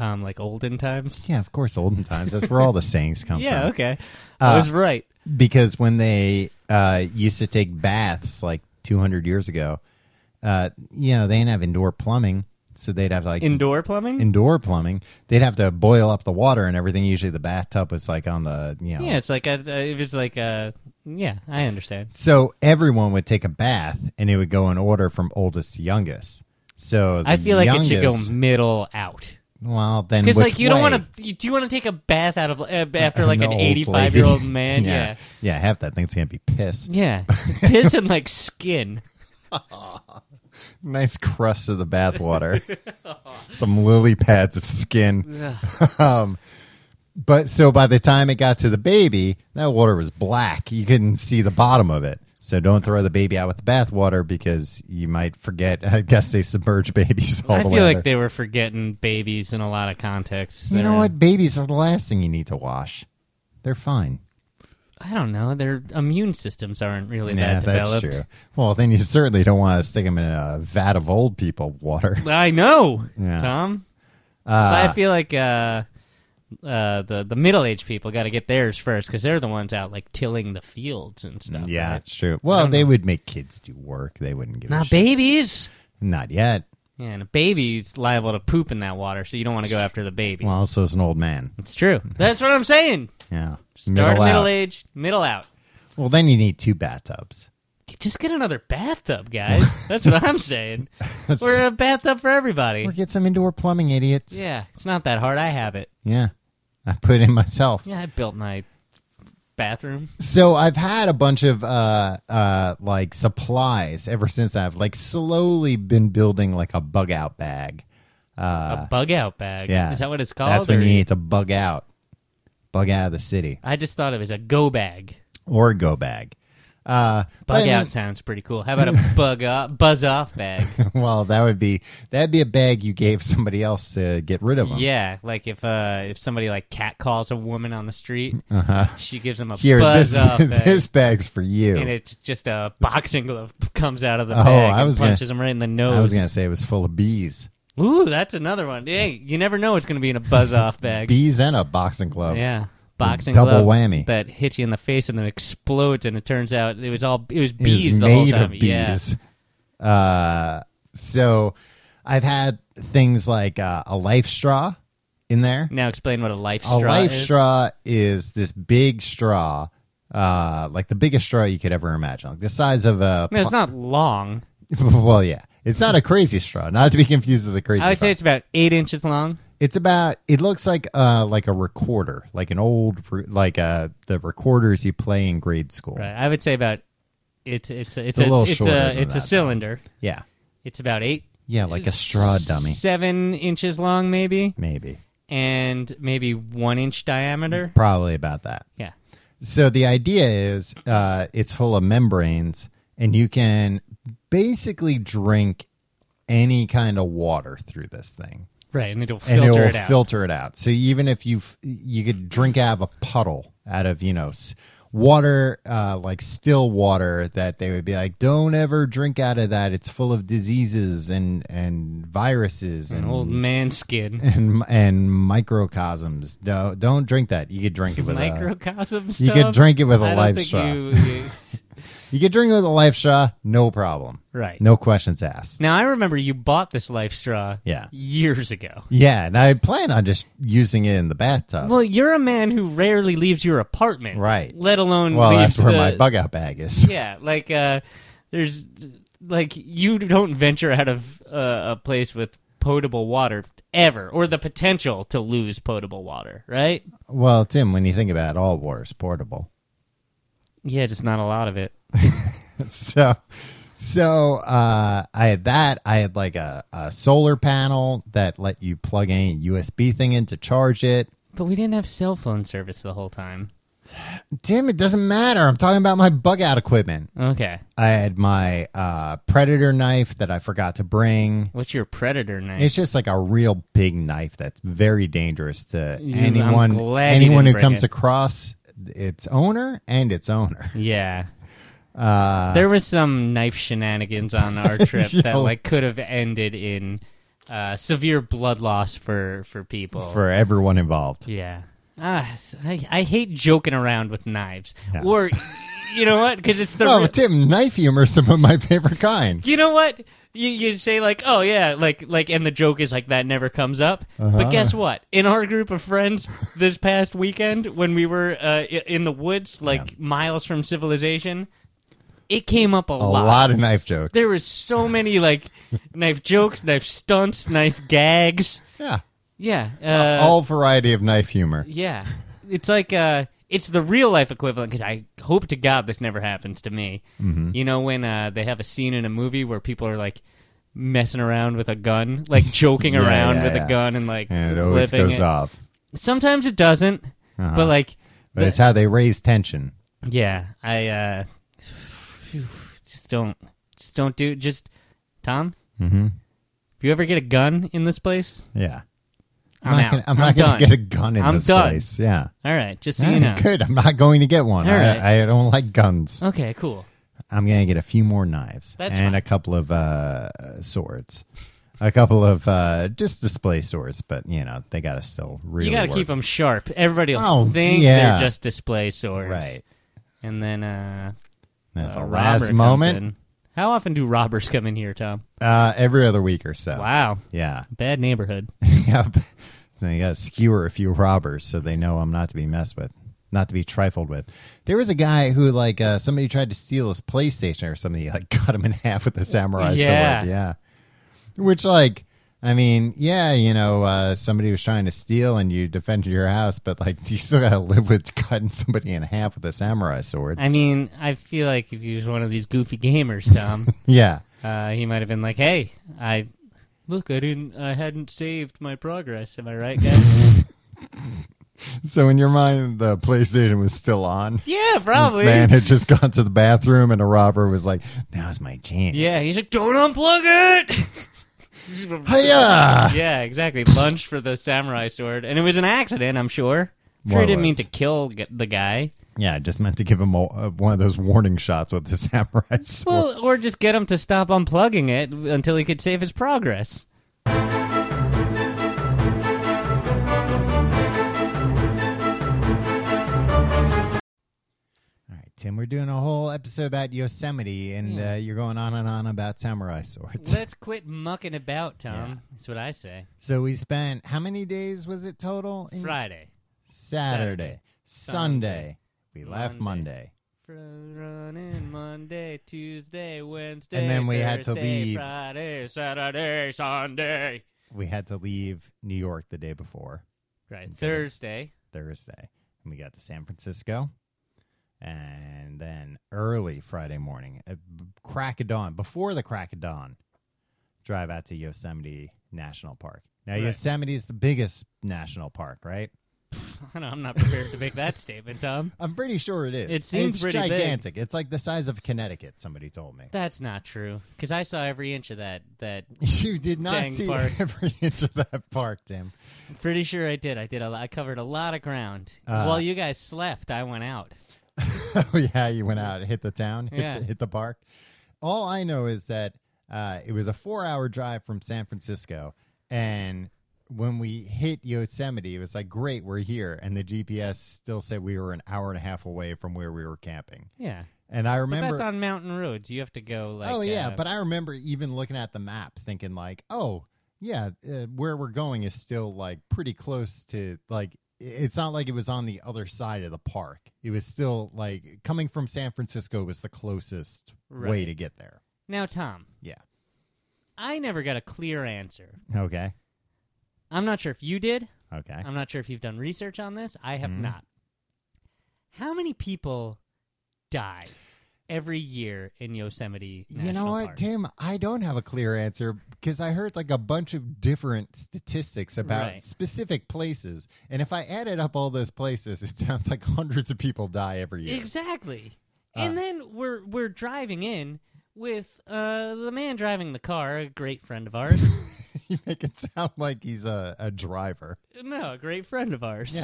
Speaker 1: Um, like olden times.
Speaker 2: Yeah, of course, olden times. That's where all the sayings
Speaker 1: [LAUGHS]
Speaker 2: come
Speaker 1: Yeah.
Speaker 2: from.
Speaker 1: Okay.
Speaker 2: Uh,
Speaker 1: I was right.
Speaker 2: because when they uh, used to take baths like 200 years ago, uh, you know, they didn't have indoor plumbing. So they'd have like
Speaker 1: Indoor plumbing.
Speaker 2: indoor plumbing. They'd have to boil up the water and everything. Usually the bathtub was like on the, you know.
Speaker 1: Yeah, it's like a, a- it was like a yeah, I understand.
Speaker 2: So everyone would take a bath and it would go in order from oldest to youngest. So
Speaker 1: I
Speaker 2: the
Speaker 1: feel like it should go
Speaker 2: youngest-
Speaker 1: middle out
Speaker 2: Well, then
Speaker 1: because like
Speaker 2: which
Speaker 1: you don't want
Speaker 2: way? [LAUGHS]
Speaker 1: to. Do you want to take a bath out of uh, after like
Speaker 2: The
Speaker 1: an
Speaker 2: old
Speaker 1: eighty-five
Speaker 2: lady.
Speaker 1: year old man?
Speaker 2: [LAUGHS] yeah.
Speaker 1: yeah,
Speaker 2: Yeah, half that thing's going to be piss.
Speaker 1: yeah,
Speaker 2: [LAUGHS]
Speaker 1: piss and like skin.
Speaker 2: Nice crust of the bathwater. [LAUGHS] Some lily pads of skin. [LAUGHS] um, but so by the time it got to the baby, that water was black. You couldn't see the bottom of it. So don't throw the baby out with the bathwater because you might forget. [LAUGHS] I guess they submerge babies all
Speaker 1: I
Speaker 2: the
Speaker 1: feel
Speaker 2: way.
Speaker 1: like they were forgetting babies in a lot of contexts.
Speaker 2: you know
Speaker 1: They're-
Speaker 2: what? Babies are the last thing you need to wash. They're fine.
Speaker 1: I don't know. Their immune systems aren't really
Speaker 2: yeah,
Speaker 1: that developed.
Speaker 2: that's true. Well, then you certainly don't want to stick them in a vat of old people
Speaker 1: [LAUGHS]
Speaker 2: water.
Speaker 1: I know,
Speaker 2: Yeah.
Speaker 1: Tom. but I
Speaker 2: Uh,
Speaker 1: feel like uh, uh, the the middle aged people got to get theirs first because they're the ones out like tilling the fields and stuff.
Speaker 2: yeah,
Speaker 1: right?
Speaker 2: it's true. Well,
Speaker 1: don't
Speaker 2: they
Speaker 1: know.
Speaker 2: would make kids do work. They wouldn't give a
Speaker 1: Not
Speaker 2: shit.
Speaker 1: babies.
Speaker 2: Not yet.
Speaker 1: Yeah, and a baby's liable to poop in that water, so you don't want to go after the baby.
Speaker 2: Well, also as an old man.
Speaker 1: it's
Speaker 2: [LAUGHS]
Speaker 1: true. That's what I'm saying.
Speaker 2: Yeah.
Speaker 1: Start middle,
Speaker 2: out.
Speaker 1: age, middle out.
Speaker 2: Well, then you need two bathtubs.
Speaker 1: Just get another bathtub, guys. That's
Speaker 2: [LAUGHS]
Speaker 1: what I'm saying. We're a bathtub for everybody.
Speaker 2: Or get some indoor plumbing, idiots.
Speaker 1: Yeah, it's not that hard. I have it.
Speaker 2: Yeah. I put it in myself.
Speaker 1: Yeah, I built my bathroom.
Speaker 2: So I've had a bunch of uh uh like supplies ever since I've like slowly been building like a bug out bag. Uh
Speaker 1: a bug out bag.
Speaker 2: yeah.
Speaker 1: Is that what it's called?
Speaker 2: that's when
Speaker 1: or-
Speaker 2: you need to bug out. Bug out of the city.
Speaker 1: I just thought it was a go bag.
Speaker 2: Or go bag. [LAUGHS] Uh
Speaker 1: Bug
Speaker 2: but-
Speaker 1: out sounds pretty cool. How about a
Speaker 2: [LAUGHS]
Speaker 1: bug off, buzz off bag?
Speaker 2: well, that would be that'd be a bag you gave somebody else to get rid of them.
Speaker 1: yeah, like if uh, if somebody like cat calls a woman on the street,
Speaker 2: Uh-huh.
Speaker 1: she gives them a
Speaker 2: Here,
Speaker 1: buzz
Speaker 2: this
Speaker 1: off bag,
Speaker 2: [LAUGHS] this bag's for you.
Speaker 1: and it's just a boxing glove comes out of the
Speaker 2: Oh,
Speaker 1: bag
Speaker 2: I was
Speaker 1: and
Speaker 2: gonna-
Speaker 1: punches him right in the nose.
Speaker 2: I was gonna say it was full of bees,
Speaker 1: Ooh, that's another one. Hey, you never know what's going to be in a
Speaker 2: [LAUGHS]
Speaker 1: buzz off bag.
Speaker 2: bees and a boxing glove.
Speaker 1: yeah. Boxing
Speaker 2: double
Speaker 1: glove
Speaker 2: whammy.
Speaker 1: that hits you in the face and then explodes, and it turns out it was all it was
Speaker 2: It was
Speaker 1: bees the whole
Speaker 2: made
Speaker 1: time.
Speaker 2: of
Speaker 1: Yeah.
Speaker 2: bees. Uh, so I've had things like uh, a life straw in there.
Speaker 1: Now explain what a life
Speaker 2: a
Speaker 1: Mm, straw
Speaker 2: life
Speaker 1: is.
Speaker 2: straw is this big straw, uh, like the biggest straw you could ever imagine, like the size of a.
Speaker 1: No, it's not long.
Speaker 2: [LAUGHS] well, yeah, it's not a crazy straw, not to be confused with a crazy.
Speaker 1: I would
Speaker 2: straw.
Speaker 1: say it's about eight inches long.
Speaker 2: It's about. It looks like uh like a recorder, like an old re- like uh the recorders you play in grade school.
Speaker 1: Right. I would say about it's it's it's,
Speaker 2: a
Speaker 1: a,
Speaker 2: little
Speaker 1: it's
Speaker 2: shorter
Speaker 1: a it's
Speaker 2: than that,
Speaker 1: a
Speaker 2: though.
Speaker 1: cylinder.
Speaker 2: Yeah,
Speaker 1: It's about eight.
Speaker 2: yeah, like a straw dummy,
Speaker 1: Seven inches long, maybe,
Speaker 2: maybe
Speaker 1: and maybe one inch diameter.
Speaker 2: probably about that.
Speaker 1: Yeah.
Speaker 2: So the idea is, uh, it's full of membranes, and you can basically drink any kind of water through this thing,
Speaker 1: Right, and it'll
Speaker 2: and
Speaker 1: filter
Speaker 2: it will
Speaker 1: it out.
Speaker 2: filter it out. So even if you you could drink out of a puddle, out of you know s- water uh, like still water, that they would be like, don't ever drink out of that. It's full of diseases and and viruses
Speaker 1: An
Speaker 2: and
Speaker 1: old man skin.
Speaker 2: and and microcosms. No, don't drink that. You could drink it [LAUGHS] with a
Speaker 1: Microcosm
Speaker 2: you
Speaker 1: stuff.
Speaker 2: could drink it with
Speaker 1: I
Speaker 2: a
Speaker 1: don't
Speaker 2: life
Speaker 1: think
Speaker 2: straw. You...
Speaker 1: you-
Speaker 2: [LAUGHS]
Speaker 1: you-
Speaker 2: could drink it with a life straw, no problem,
Speaker 1: right.
Speaker 2: no
Speaker 1: [LAUGHS]
Speaker 2: questions asked.
Speaker 1: Now I remember you bought this life straw
Speaker 2: Yeah,
Speaker 1: years ago.
Speaker 2: yeah, and I plan on just using it in the bathtub.
Speaker 1: Well, you're a man who rarely leaves your apartment,
Speaker 2: Right.
Speaker 1: Let alone
Speaker 2: Well,
Speaker 1: leaves
Speaker 2: that's where
Speaker 1: the-
Speaker 2: my bug out bag is. [LAUGHS]
Speaker 1: yeah, like uh, there's like you don't venture out of uh, a place with potable water ever, or the potential to lose potable water, right?
Speaker 2: Well, Tim, when you think about it, all water is portable. [LAUGHS]
Speaker 1: Yeah, just not a lot of it.
Speaker 2: so so uh i had that i had like a, a solar panel that let you plug any usb thing in to charge it
Speaker 1: But we didn't have cell phone service the whole time.
Speaker 2: tim it doesn't matter i'm talking about my bug out equipment
Speaker 1: Okay,
Speaker 2: i had my uh predator knife that i forgot to bring
Speaker 1: what's your predator name?
Speaker 2: it's just like a real big knife that's very dangerous to
Speaker 1: You- I'm
Speaker 2: anyone
Speaker 1: glad you
Speaker 2: anyone
Speaker 1: didn't
Speaker 2: who
Speaker 1: bring
Speaker 2: comes
Speaker 1: it.
Speaker 2: across its owner and
Speaker 1: [LAUGHS]
Speaker 2: its owner
Speaker 1: yeah,
Speaker 2: uh
Speaker 1: there was some knife shenanigans on
Speaker 2: [LAUGHS]
Speaker 1: our trip that
Speaker 2: Yo.
Speaker 1: like could have ended in uh, severe blood loss for for people.
Speaker 2: for everyone involved
Speaker 1: Yeah. Ah, I, I hate joking around with knives.
Speaker 2: Yeah.
Speaker 1: Or, you know what? Because
Speaker 2: [LAUGHS]
Speaker 1: it's the.
Speaker 2: oh
Speaker 1: real-
Speaker 2: tim knife humor is some of my favorite kind
Speaker 1: you know what? You, you say like, oh yeah, like like, and the joke is like that never comes up.
Speaker 2: Uh-huh.
Speaker 1: But guess what? In our group of friends this past weekend, when we were uh, i- in the woods, like miles from civilization, it came up a,
Speaker 2: a lot. of knife jokes.
Speaker 1: There was so many like knife jokes, knife stunts, knife gags.
Speaker 2: yeah,
Speaker 1: Yeah, uh,
Speaker 2: all variety of knife humor.
Speaker 1: Yeah, it's like uh, it's the real life equivalent because I hope to God this never happens to me.
Speaker 2: Mm-hmm.
Speaker 1: You know when uh, they have a scene in a movie where people are like messing around with a gun, like joking
Speaker 2: Yeah,
Speaker 1: around
Speaker 2: yeah,
Speaker 1: with
Speaker 2: yeah.
Speaker 1: a gun and like
Speaker 2: And it always
Speaker 1: flipping
Speaker 2: goes
Speaker 1: it.
Speaker 2: off.
Speaker 1: Sometimes it doesn't,
Speaker 2: Uh-huh.
Speaker 1: but like
Speaker 2: But it's how they raise tension.
Speaker 1: yeah, I uh, phew, just don't, just don't do just Tom.
Speaker 2: Mm-hmm.
Speaker 1: If you ever get a gun in this place,
Speaker 2: Yeah,
Speaker 1: I'm,
Speaker 2: not
Speaker 1: out.
Speaker 2: Gonna, I'm, not
Speaker 1: done.
Speaker 2: gonna get a gun in
Speaker 1: I'm
Speaker 2: this
Speaker 1: done.
Speaker 2: place. Yeah,
Speaker 1: All right, just so
Speaker 2: Yeah,
Speaker 1: you know.
Speaker 2: good. I'm not going to get one.
Speaker 1: All right.
Speaker 2: I, I don't like guns.
Speaker 1: Okay, cool.
Speaker 2: I'm gonna get a few more knives
Speaker 1: That's
Speaker 2: and
Speaker 1: fine.
Speaker 2: a couple of uh, swords. A couple of uh, just display swords, but you know they gotta still really.
Speaker 1: you got to
Speaker 2: work.
Speaker 1: keep them sharp. Everybody will
Speaker 2: Oh,
Speaker 1: think
Speaker 2: yeah.
Speaker 1: they're just display swords.
Speaker 2: right.
Speaker 1: And then uh,
Speaker 2: And at
Speaker 1: a
Speaker 2: the
Speaker 1: robber
Speaker 2: last
Speaker 1: comes
Speaker 2: moment,
Speaker 1: in. How often do robbers come in here, Tom?
Speaker 2: uh, every other week or so.
Speaker 1: Wow.
Speaker 2: Yeah.
Speaker 1: Bad neighborhood.
Speaker 2: [LAUGHS] Yep. So you got to skewer a few robbers so they know I'm not to be messed with, not to be trifled with. There was a guy who, like, uh, somebody tried to steal his PlayStation or something. He, like, [LAUGHS] cut him in half with a samurai
Speaker 1: Yeah.
Speaker 2: sword. Yeah. Which, like, I mean, yeah, you know, uh, somebody was trying to steal and you defended your house, but, like, [LAUGHS] you still got to live with cutting somebody in half with a samurai sword. [LAUGHS]
Speaker 1: I mean, I feel like if he was one of these goofy gamers,
Speaker 2: [LAUGHS]
Speaker 1: Tom,
Speaker 2: Yeah.
Speaker 1: uh, he might have been like, "Hey, I look, I didn't, I hadn't saved my progress. Am I right,
Speaker 2: [LAUGHS]
Speaker 1: guys?
Speaker 2: So, in your mind, the PlayStation was still on.
Speaker 1: yeah,
Speaker 2: This
Speaker 1: probably.
Speaker 2: man had just gone to the bathroom and a robber was like, now's my chance.
Speaker 1: Yeah, he's like, don't unplug it.
Speaker 2: Hiya!
Speaker 1: [LAUGHS] Yeah, exactly. Lunged for the samurai sword, and it was an accident. I'm sure. I'm sure,
Speaker 2: More or
Speaker 1: he didn't mean to
Speaker 2: less.
Speaker 1: kill g- the guy.
Speaker 2: Yeah, I just meant to give him a, uh, one of those warning shots with the [LAUGHS] samurai sword.
Speaker 1: Well, or just get him to stop unplugging it until he could save his progress.
Speaker 2: All right, Tim, we're doing a whole episode about Yosemite, and
Speaker 1: Yeah.
Speaker 2: uh, you're going on and on about samurai swords.
Speaker 1: Let's quit mucking about, Tom.
Speaker 2: Yeah.
Speaker 1: That's what I say.
Speaker 2: So we spent how many days was it total? in-
Speaker 1: Friday.
Speaker 2: Saturday,
Speaker 1: Saturday,
Speaker 2: Sunday. We left
Speaker 1: Monday.
Speaker 2: Monday.
Speaker 1: Running Monday, Tuesday, Wednesday,
Speaker 2: And then we had to
Speaker 1: Thursday,
Speaker 2: leave.
Speaker 1: Friday, Saturday, Sunday.
Speaker 2: We had to leave New York the day before
Speaker 1: Right,
Speaker 2: Okay.
Speaker 1: Thursday. [LAUGHS]
Speaker 2: Thursday, and we got to San Francisco, and then early Friday morning, at b- crack of dawn, before the crack of dawn, drive out to Yosemite National Park. Now,
Speaker 1: Right.
Speaker 2: Yosemite is the biggest national park, right?
Speaker 1: I don't, I'm not prepared to make that statement, Tom.
Speaker 2: I'm pretty sure it is.
Speaker 1: It seems
Speaker 2: it's
Speaker 1: pretty big.
Speaker 2: gigantic. It's like the size of Connecticut. Somebody told me. [LAUGHS]
Speaker 1: That's not true. Because I saw every inch of that. That
Speaker 2: You did not
Speaker 1: Dang
Speaker 2: see
Speaker 1: park.
Speaker 2: [LAUGHS] every inch of that park, Tim.
Speaker 1: I'm pretty sure I did. I did. A lot, I covered a lot of ground.
Speaker 2: Uh.
Speaker 1: While you guys slept, I went out.
Speaker 2: [LAUGHS] oh yeah, you went out, and hit the town, hit,
Speaker 1: Yeah.
Speaker 2: the, hit the park. All I know is that uh, it was a four-hour drive from San Francisco, and when we hit Yosemite, it was like, "Great, we're here!" And the GPS still said we were an hour and a half away from where we were camping.
Speaker 1: Yeah,
Speaker 2: And I
Speaker 1: but
Speaker 2: remember,
Speaker 1: that's on mountain roads. You have to go like.
Speaker 2: oh yeah,
Speaker 1: uh,
Speaker 2: but I remember even looking at the map, thinking like, "Oh yeah, uh, where we're going is still like pretty close to like." i- It's not like it was on the other side of the park. It was still like coming from San Francisco was the closest way
Speaker 1: Right.
Speaker 2: to get there.
Speaker 1: now, Tom.
Speaker 2: Yeah.
Speaker 1: I never got a clear answer.
Speaker 2: Okay.
Speaker 1: I'm not sure if you did.
Speaker 2: Okay.
Speaker 1: I'm not sure if you've done research on this. I have
Speaker 2: Mhm.
Speaker 1: not. How many people die every year in Yosemite?
Speaker 2: you know
Speaker 1: National
Speaker 2: what,
Speaker 1: Park?
Speaker 2: Tim? I don't have a clear answer because I heard like a bunch of different statistics about
Speaker 1: Right.
Speaker 2: specific places, and if I added up all those places, it [LAUGHS] sounds like hundreds of people die every year.
Speaker 1: Exactly.
Speaker 2: Uh,
Speaker 1: and then we're we're driving in with uh, the man driving the car, a great friend of ours.
Speaker 2: [LAUGHS] you make it sound like he's a, a driver.
Speaker 1: no, a great friend of ours.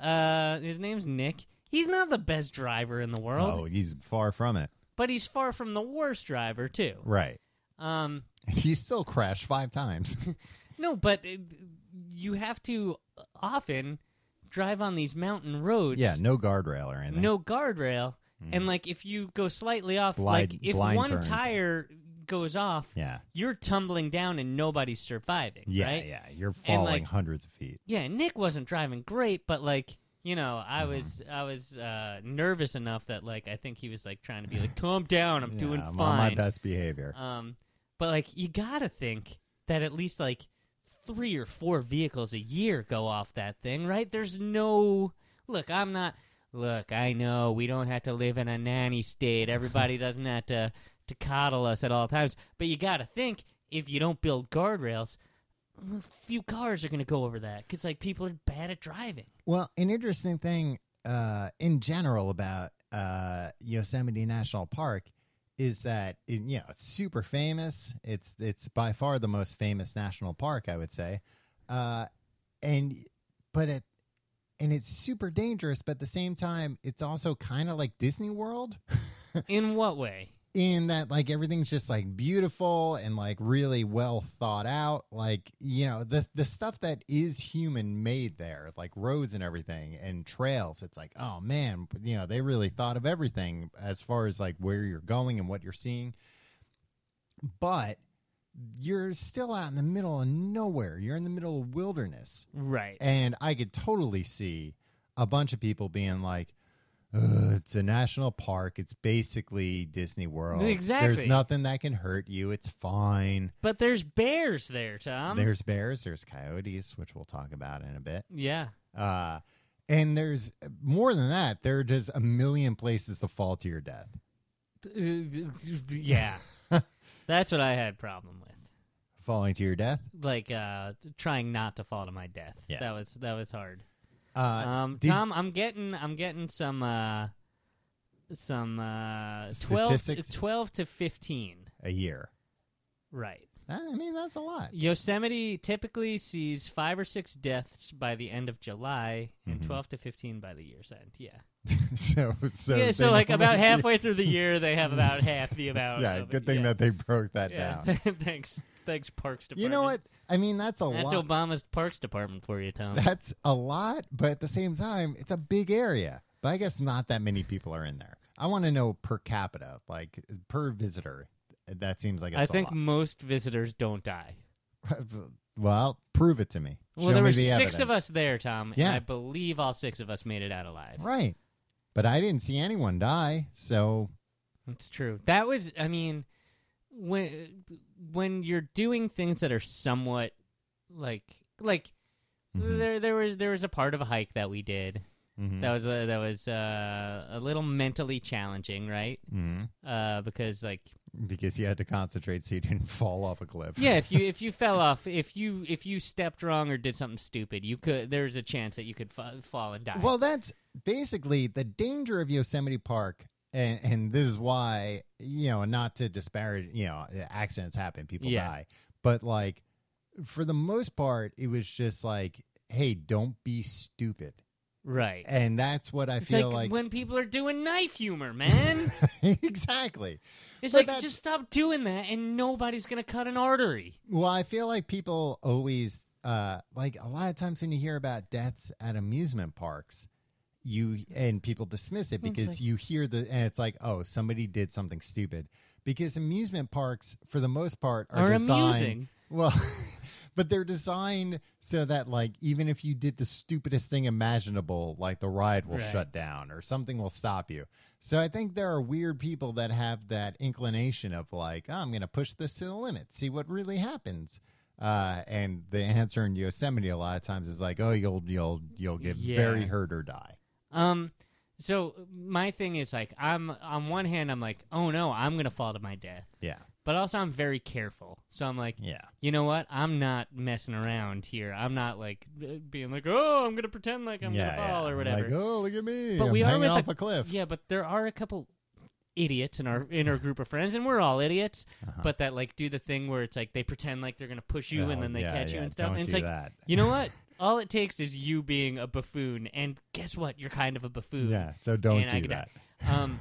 Speaker 1: Uh, his name's Nick. He's not the best driver in the [LAUGHS] world,
Speaker 2: Oh, he's far from it.
Speaker 1: but he's far from the worst driver too.
Speaker 2: Right. [LAUGHS]
Speaker 1: Um,
Speaker 2: He still crashed
Speaker 1: [LAUGHS]
Speaker 2: five times.
Speaker 1: no, but uh, you have to often drive on these mountain roads.
Speaker 2: yeah, no guardrail or anything.
Speaker 1: no guardrail, and like if you go slightly off,
Speaker 2: Blind-
Speaker 1: like if
Speaker 2: blind
Speaker 1: one
Speaker 2: turns.
Speaker 1: tire goes off,
Speaker 2: Yeah.
Speaker 1: you're tumbling down and nobody's surviving,
Speaker 2: Yeah,
Speaker 1: right?
Speaker 2: yeah. You're falling
Speaker 1: like-
Speaker 2: hundreds of feet.
Speaker 1: Yeah, Nick wasn't driving great, but like you know,
Speaker 2: Mm-hmm.
Speaker 1: I was I was uh, nervous enough that like I think he was like trying to be like, calm down, I'm
Speaker 2: Yeah,
Speaker 1: doing
Speaker 2: I'm on my
Speaker 1: fine.
Speaker 2: best behavior.
Speaker 1: um, but like you gotta think that at least like three or four vehicles a year go off that thing, right? There's no look. I'm not. Look, I know we don't have to live in a nanny state. Everybody doesn't have to to coddle us at all times. But you gotta think if you don't build guardrails, a few cars are gonna go over that because like people are bad at driving.
Speaker 2: Well, an interesting thing uh, in general about uh, Yosemite National Park is that it, you know it's super famous. It's it's by far the most famous national park, I would say, uh, and but it and it's super dangerous. But at the same time, it's also kind of like Disney World
Speaker 1: In what way?
Speaker 2: in that like everything's just like beautiful and like really well thought out like you know the the stuff that is human made there like roads and everything and trails it's like oh man you know they really thought of everything as far as like where you're going and what you're seeing but you're still out in the middle of nowhere you're in the middle of wilderness
Speaker 1: Right.
Speaker 2: and I could totally see a bunch of people being like, "Ugh, it's a national park. It's basically Disney World.
Speaker 1: Exactly.
Speaker 2: There's nothing that can hurt you. It's fine.
Speaker 1: But there's bears there, Tom.
Speaker 2: there's bears. There's coyotes, which we'll talk about in a bit.
Speaker 1: yeah.
Speaker 2: Uh, and there's more than that. There are just a million places to fall to your death. Uh,
Speaker 1: yeah [LAUGHS] that's what i had problem with
Speaker 2: Falling to your death.
Speaker 1: like uh trying not to fall to my death
Speaker 2: Yeah.
Speaker 1: that was that was hard
Speaker 2: Uh,
Speaker 1: um
Speaker 2: did-
Speaker 1: tom i'm getting i'm getting some uh some uh 12,
Speaker 2: Statistics?
Speaker 1: 12 to 15
Speaker 2: a year.
Speaker 1: right
Speaker 2: I mean, that's a
Speaker 1: [LAUGHS]
Speaker 2: lot. [LAUGHS]
Speaker 1: yosemite typically sees five or six deaths by the end of july and
Speaker 2: Mhm.
Speaker 1: 12 to 15 by the year's end yeah
Speaker 2: so, so,
Speaker 1: yeah
Speaker 2: they
Speaker 1: so like
Speaker 2: only
Speaker 1: about [LAUGHS]
Speaker 2: see-
Speaker 1: halfway through the year they have about half
Speaker 2: [LAUGHS]
Speaker 1: the amount
Speaker 2: Yeah,
Speaker 1: of it.
Speaker 2: good thing
Speaker 1: yeah.
Speaker 2: that they broke that down.
Speaker 1: [LAUGHS] yeah. thanks thanks parks department
Speaker 2: You know what? I mean, that's a
Speaker 1: That's
Speaker 2: lot.
Speaker 1: Obama's Parks Department for you,
Speaker 2: [LAUGHS]
Speaker 1: Tom.
Speaker 2: that's a lot, but at the same time, it's a big area. But I guess not that many people are in there. I want to know per capita, like per visitor. That seems like it's
Speaker 1: I think
Speaker 2: A
Speaker 1: most visitors don't die.
Speaker 2: lot. [LAUGHS] well, prove it to me.
Speaker 1: Well,
Speaker 2: Show
Speaker 1: there
Speaker 2: me
Speaker 1: were
Speaker 2: the
Speaker 1: six
Speaker 2: evidence.
Speaker 1: of us there, Tom,
Speaker 2: Yeah.
Speaker 1: and I believe all six of us made it out alive.
Speaker 2: right? But I didn't see anyone die. So
Speaker 1: That's true. That was, I mean, when when you're doing things that are somewhat like like
Speaker 2: Mhm.
Speaker 1: there there was there was a part of a hike that we did
Speaker 2: mhm,
Speaker 1: that was uh, that was uh, a little mentally challenging, right?
Speaker 2: mhm.
Speaker 1: Uh, because like
Speaker 2: because he had to concentrate so he didn't [LAUGHS] fall off a cliff.
Speaker 1: Yeah, if you if you fell off, if you if you stepped wrong or did something stupid, you could there's a chance that you could fa- fall and die.
Speaker 2: Well, that's basically the danger of Yosemite Park, and, and this is why you know not to disparage you know accidents happen, people
Speaker 1: Yeah.
Speaker 2: die, but like for the most part, it was just like, hey, don't be stupid,
Speaker 1: right.
Speaker 2: and that's what I
Speaker 1: It's like,
Speaker 2: feel like.
Speaker 1: when people are doing knife
Speaker 2: [LAUGHS]
Speaker 1: humor, man.
Speaker 2: exactly.
Speaker 1: It's
Speaker 2: But
Speaker 1: like
Speaker 2: that's-
Speaker 1: just stop doing that, and nobody's gonna cut an artery.
Speaker 2: Well, I feel like people always uh like a lot of times when you hear about deaths at amusement parks, you and people dismiss it
Speaker 1: Well, it's
Speaker 2: because
Speaker 1: like-
Speaker 2: you hear the and it's like, oh, somebody did something stupid. Because amusement parks, for the most part, are,
Speaker 1: Are
Speaker 2: designed,
Speaker 1: amusing.
Speaker 2: Well, [LAUGHS] but they're designed so that like even if you did the stupidest thing imaginable, like the ride will
Speaker 1: Right.
Speaker 2: shut down or something will stop you. So I think there are weird people that have that inclination of like, oh, I'm going to push this to the limit, see what really happens. Uh, and the answer in Yosemite a lot of times is like, oh, you'll you'll you'll get
Speaker 1: Yeah.
Speaker 2: very hurt or die.
Speaker 1: Um, so my thing is like I'm on one hand I'm like oh no I'm gonna fall to my death,
Speaker 2: Yeah,
Speaker 1: but also I'm very careful. So I'm like
Speaker 2: yeah,
Speaker 1: you know what? I'm not messing around here. I'm not like being like, oh, I'm gonna pretend like I'm
Speaker 2: yeah,
Speaker 1: gonna fall
Speaker 2: yeah.
Speaker 1: or whatever.
Speaker 2: Like, oh, look at me!
Speaker 1: But
Speaker 2: I'm
Speaker 1: we are
Speaker 2: hanging
Speaker 1: with
Speaker 2: off a, cliff.
Speaker 1: yeah, but there are a couple idiots in our in our group of friends, and we're all idiots.
Speaker 2: Uh-huh.
Speaker 1: But that like do the thing where it's like they pretend like they're gonna push you,
Speaker 2: Oh,
Speaker 1: and then they
Speaker 2: yeah,
Speaker 1: catch you
Speaker 2: yeah,
Speaker 1: and stuff.
Speaker 2: Don't
Speaker 1: and it's
Speaker 2: do
Speaker 1: like,
Speaker 2: that.
Speaker 1: you know
Speaker 2: [LAUGHS]
Speaker 1: what? All it takes is you being a buffoon, and guess what? You're kind of a buffoon.
Speaker 2: yeah, so don't
Speaker 1: and I
Speaker 2: do
Speaker 1: could-
Speaker 2: that. [LAUGHS]
Speaker 1: Um,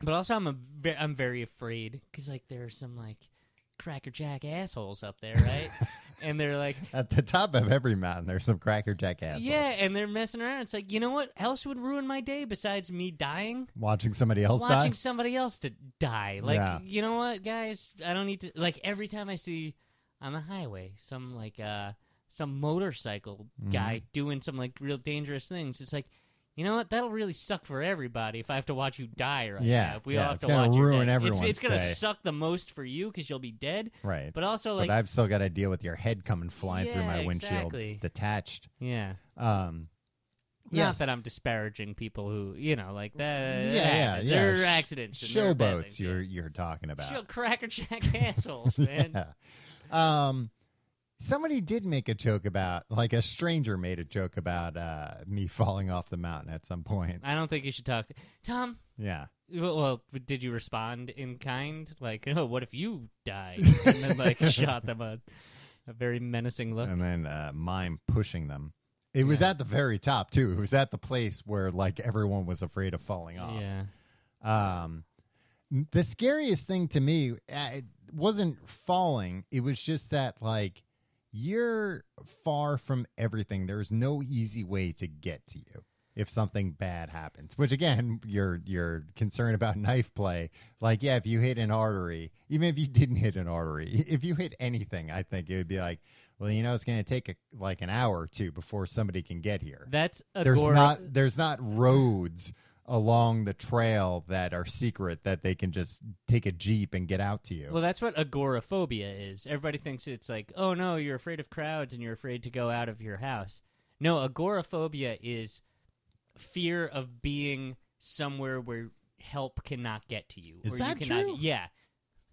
Speaker 1: but also I'm a ve- I'm very afraid because like there are some like crackerjack assholes up there,
Speaker 2: [LAUGHS]
Speaker 1: right? and they're like,
Speaker 2: At the top of every mountain, there's some crackerjack assholes.
Speaker 1: Yeah, and they're messing around. It's like, you know what else would ruin my day besides me dying?
Speaker 2: watching somebody else
Speaker 1: Watching
Speaker 2: die.
Speaker 1: somebody else to die. Like,
Speaker 2: Yeah.
Speaker 1: you know what, guys? I don't need to. Like, every time I see on the highway some, like, uh, some motorcycle
Speaker 2: Mm-hmm.
Speaker 1: guy doing some, like, real dangerous things, it's like, you know what? That'll really suck for everybody if I have to watch you die right
Speaker 2: Yeah,
Speaker 1: now. If we
Speaker 2: yeah,
Speaker 1: all have
Speaker 2: it's
Speaker 1: to
Speaker 2: gonna
Speaker 1: watch your
Speaker 2: ruin
Speaker 1: day. It's,
Speaker 2: everyone's
Speaker 1: it's gonna
Speaker 2: day.
Speaker 1: suck the most for you because you'll be dead.
Speaker 2: Right.
Speaker 1: But also, like,
Speaker 2: but I've still got to deal with your head coming flying through my
Speaker 1: Yeah,
Speaker 2: windshield,
Speaker 1: exactly.
Speaker 2: detached.
Speaker 1: yeah.
Speaker 2: Um,
Speaker 1: Not that I'm disparaging people who, you know, like that.
Speaker 2: yeah, yeah, yeah.
Speaker 1: There
Speaker 2: Sh-
Speaker 1: are accidents. and there are bad
Speaker 2: showboats.
Speaker 1: things,
Speaker 2: You're
Speaker 1: yeah.
Speaker 2: you're talking about. [LAUGHS]
Speaker 1: Show [LAUGHS] crackerjack assholes, man.
Speaker 2: Yeah. Um, somebody did make a joke about, like a stranger made a joke about uh, me falling off the mountain at some point.
Speaker 1: I don't think you should talk. Tom,
Speaker 2: Yeah.
Speaker 1: well, well, did you respond in kind? Like, oh, what if you died? And then, like, [LAUGHS] shot them a, a very menacing look.
Speaker 2: and then uh, mime pushing them. It was
Speaker 1: Yeah.
Speaker 2: at the very top too. It was at the place where like everyone was afraid of falling off.
Speaker 1: yeah.
Speaker 2: Um, the scariest thing to me uh, it wasn't falling. It was just that like you're far from everything. There's no easy way to get to you if something bad happens. Which again, you're you're concerned about knife play. Like yeah, if you hit an artery, even if you didn't hit an artery, [LAUGHS] if you hit anything, I think it would be like, well, you know, it's going to take a, like an hour or two before somebody can get here
Speaker 1: That's
Speaker 2: there's
Speaker 1: agora-
Speaker 2: not there's not roads along the trail that are secret that they can just take a jeep and get out to you.
Speaker 1: Well, that's what agoraphobia is. Everybody thinks it's like, oh no, you're afraid of crowds and you're afraid to go out of your house. No, agoraphobia is fear of being somewhere where help cannot get to you.
Speaker 2: Is
Speaker 1: or
Speaker 2: that
Speaker 1: you cannot,
Speaker 2: true?
Speaker 1: Yeah.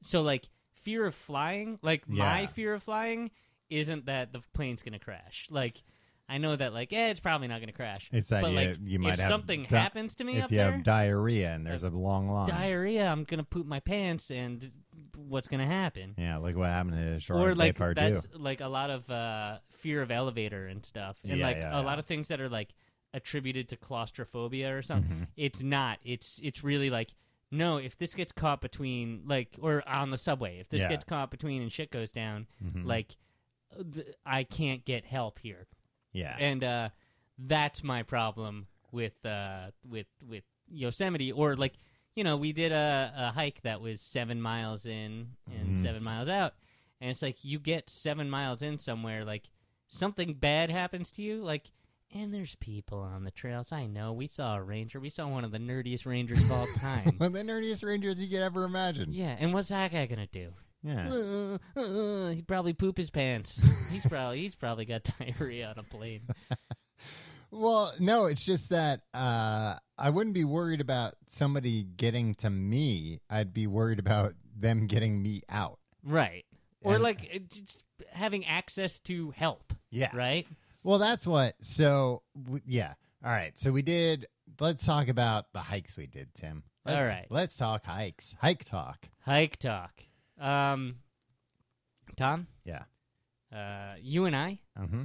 Speaker 1: So, like, fear of flying, like, my
Speaker 2: Yeah.
Speaker 1: fear of flying isn't that the plane's going to crash. Like, I know that, like, eh, it's probably not going to crash.
Speaker 2: it's that
Speaker 1: but,
Speaker 2: you,
Speaker 1: like,
Speaker 2: you might
Speaker 1: if
Speaker 2: have
Speaker 1: something
Speaker 2: di-
Speaker 1: happens to me
Speaker 2: if
Speaker 1: up
Speaker 2: you
Speaker 1: there,
Speaker 2: have diarrhea and there's a long line.
Speaker 1: diarrhea, I'm going to poop my pants, and what's going to happen?
Speaker 2: yeah, like what happened to Gerard
Speaker 1: or like
Speaker 2: Depardieu.
Speaker 1: that's like a lot of uh, fear of elevator and stuff, and
Speaker 2: Yeah,
Speaker 1: like
Speaker 2: yeah,
Speaker 1: a
Speaker 2: yeah.
Speaker 1: lot of things that are like attributed to claustrophobia or
Speaker 2: Mm-hmm.
Speaker 1: something. [LAUGHS] It's not. It's it's really like no. If this gets caught between like or on the subway, if this
Speaker 2: Yeah.
Speaker 1: gets caught between and shit goes down,
Speaker 2: Mhm.
Speaker 1: like uh, th- I can't get help here,
Speaker 2: yeah.
Speaker 1: and uh, that's my problem with uh, with with Yosemite or like. You know, we did a, a hike that was seven miles in and
Speaker 2: Mm.
Speaker 1: seven miles out, and it's like you get seven miles in somewhere, like something bad happens to you, like. And there's people on the trails. I know. We saw a ranger. We saw one of the nerdiest rangers of all
Speaker 2: [LAUGHS]
Speaker 1: time.
Speaker 2: one of the nerdiest rangers you could ever imagine.
Speaker 1: yeah. And what's that guy gonna do?
Speaker 2: Yeah.
Speaker 1: Uh, uh, he'd probably poop his pants. He's probably he's probably got [LAUGHS] diarrhea on a plane.
Speaker 2: Well, no, it's just that uh, I wouldn't be worried about somebody getting to me. I'd be worried about them getting me out.
Speaker 1: right? Or
Speaker 2: And-
Speaker 1: like uh, just having access to help,
Speaker 2: Yeah.
Speaker 1: right?
Speaker 2: Well, that's what. So, w- yeah. All right. So we did. Let's talk about the hikes we did, Tim. Let's,
Speaker 1: All right.
Speaker 2: Let's talk hikes. Hike talk.
Speaker 1: Hike talk. Um, Tom.
Speaker 2: Yeah.
Speaker 1: Uh, you and I,
Speaker 2: hmm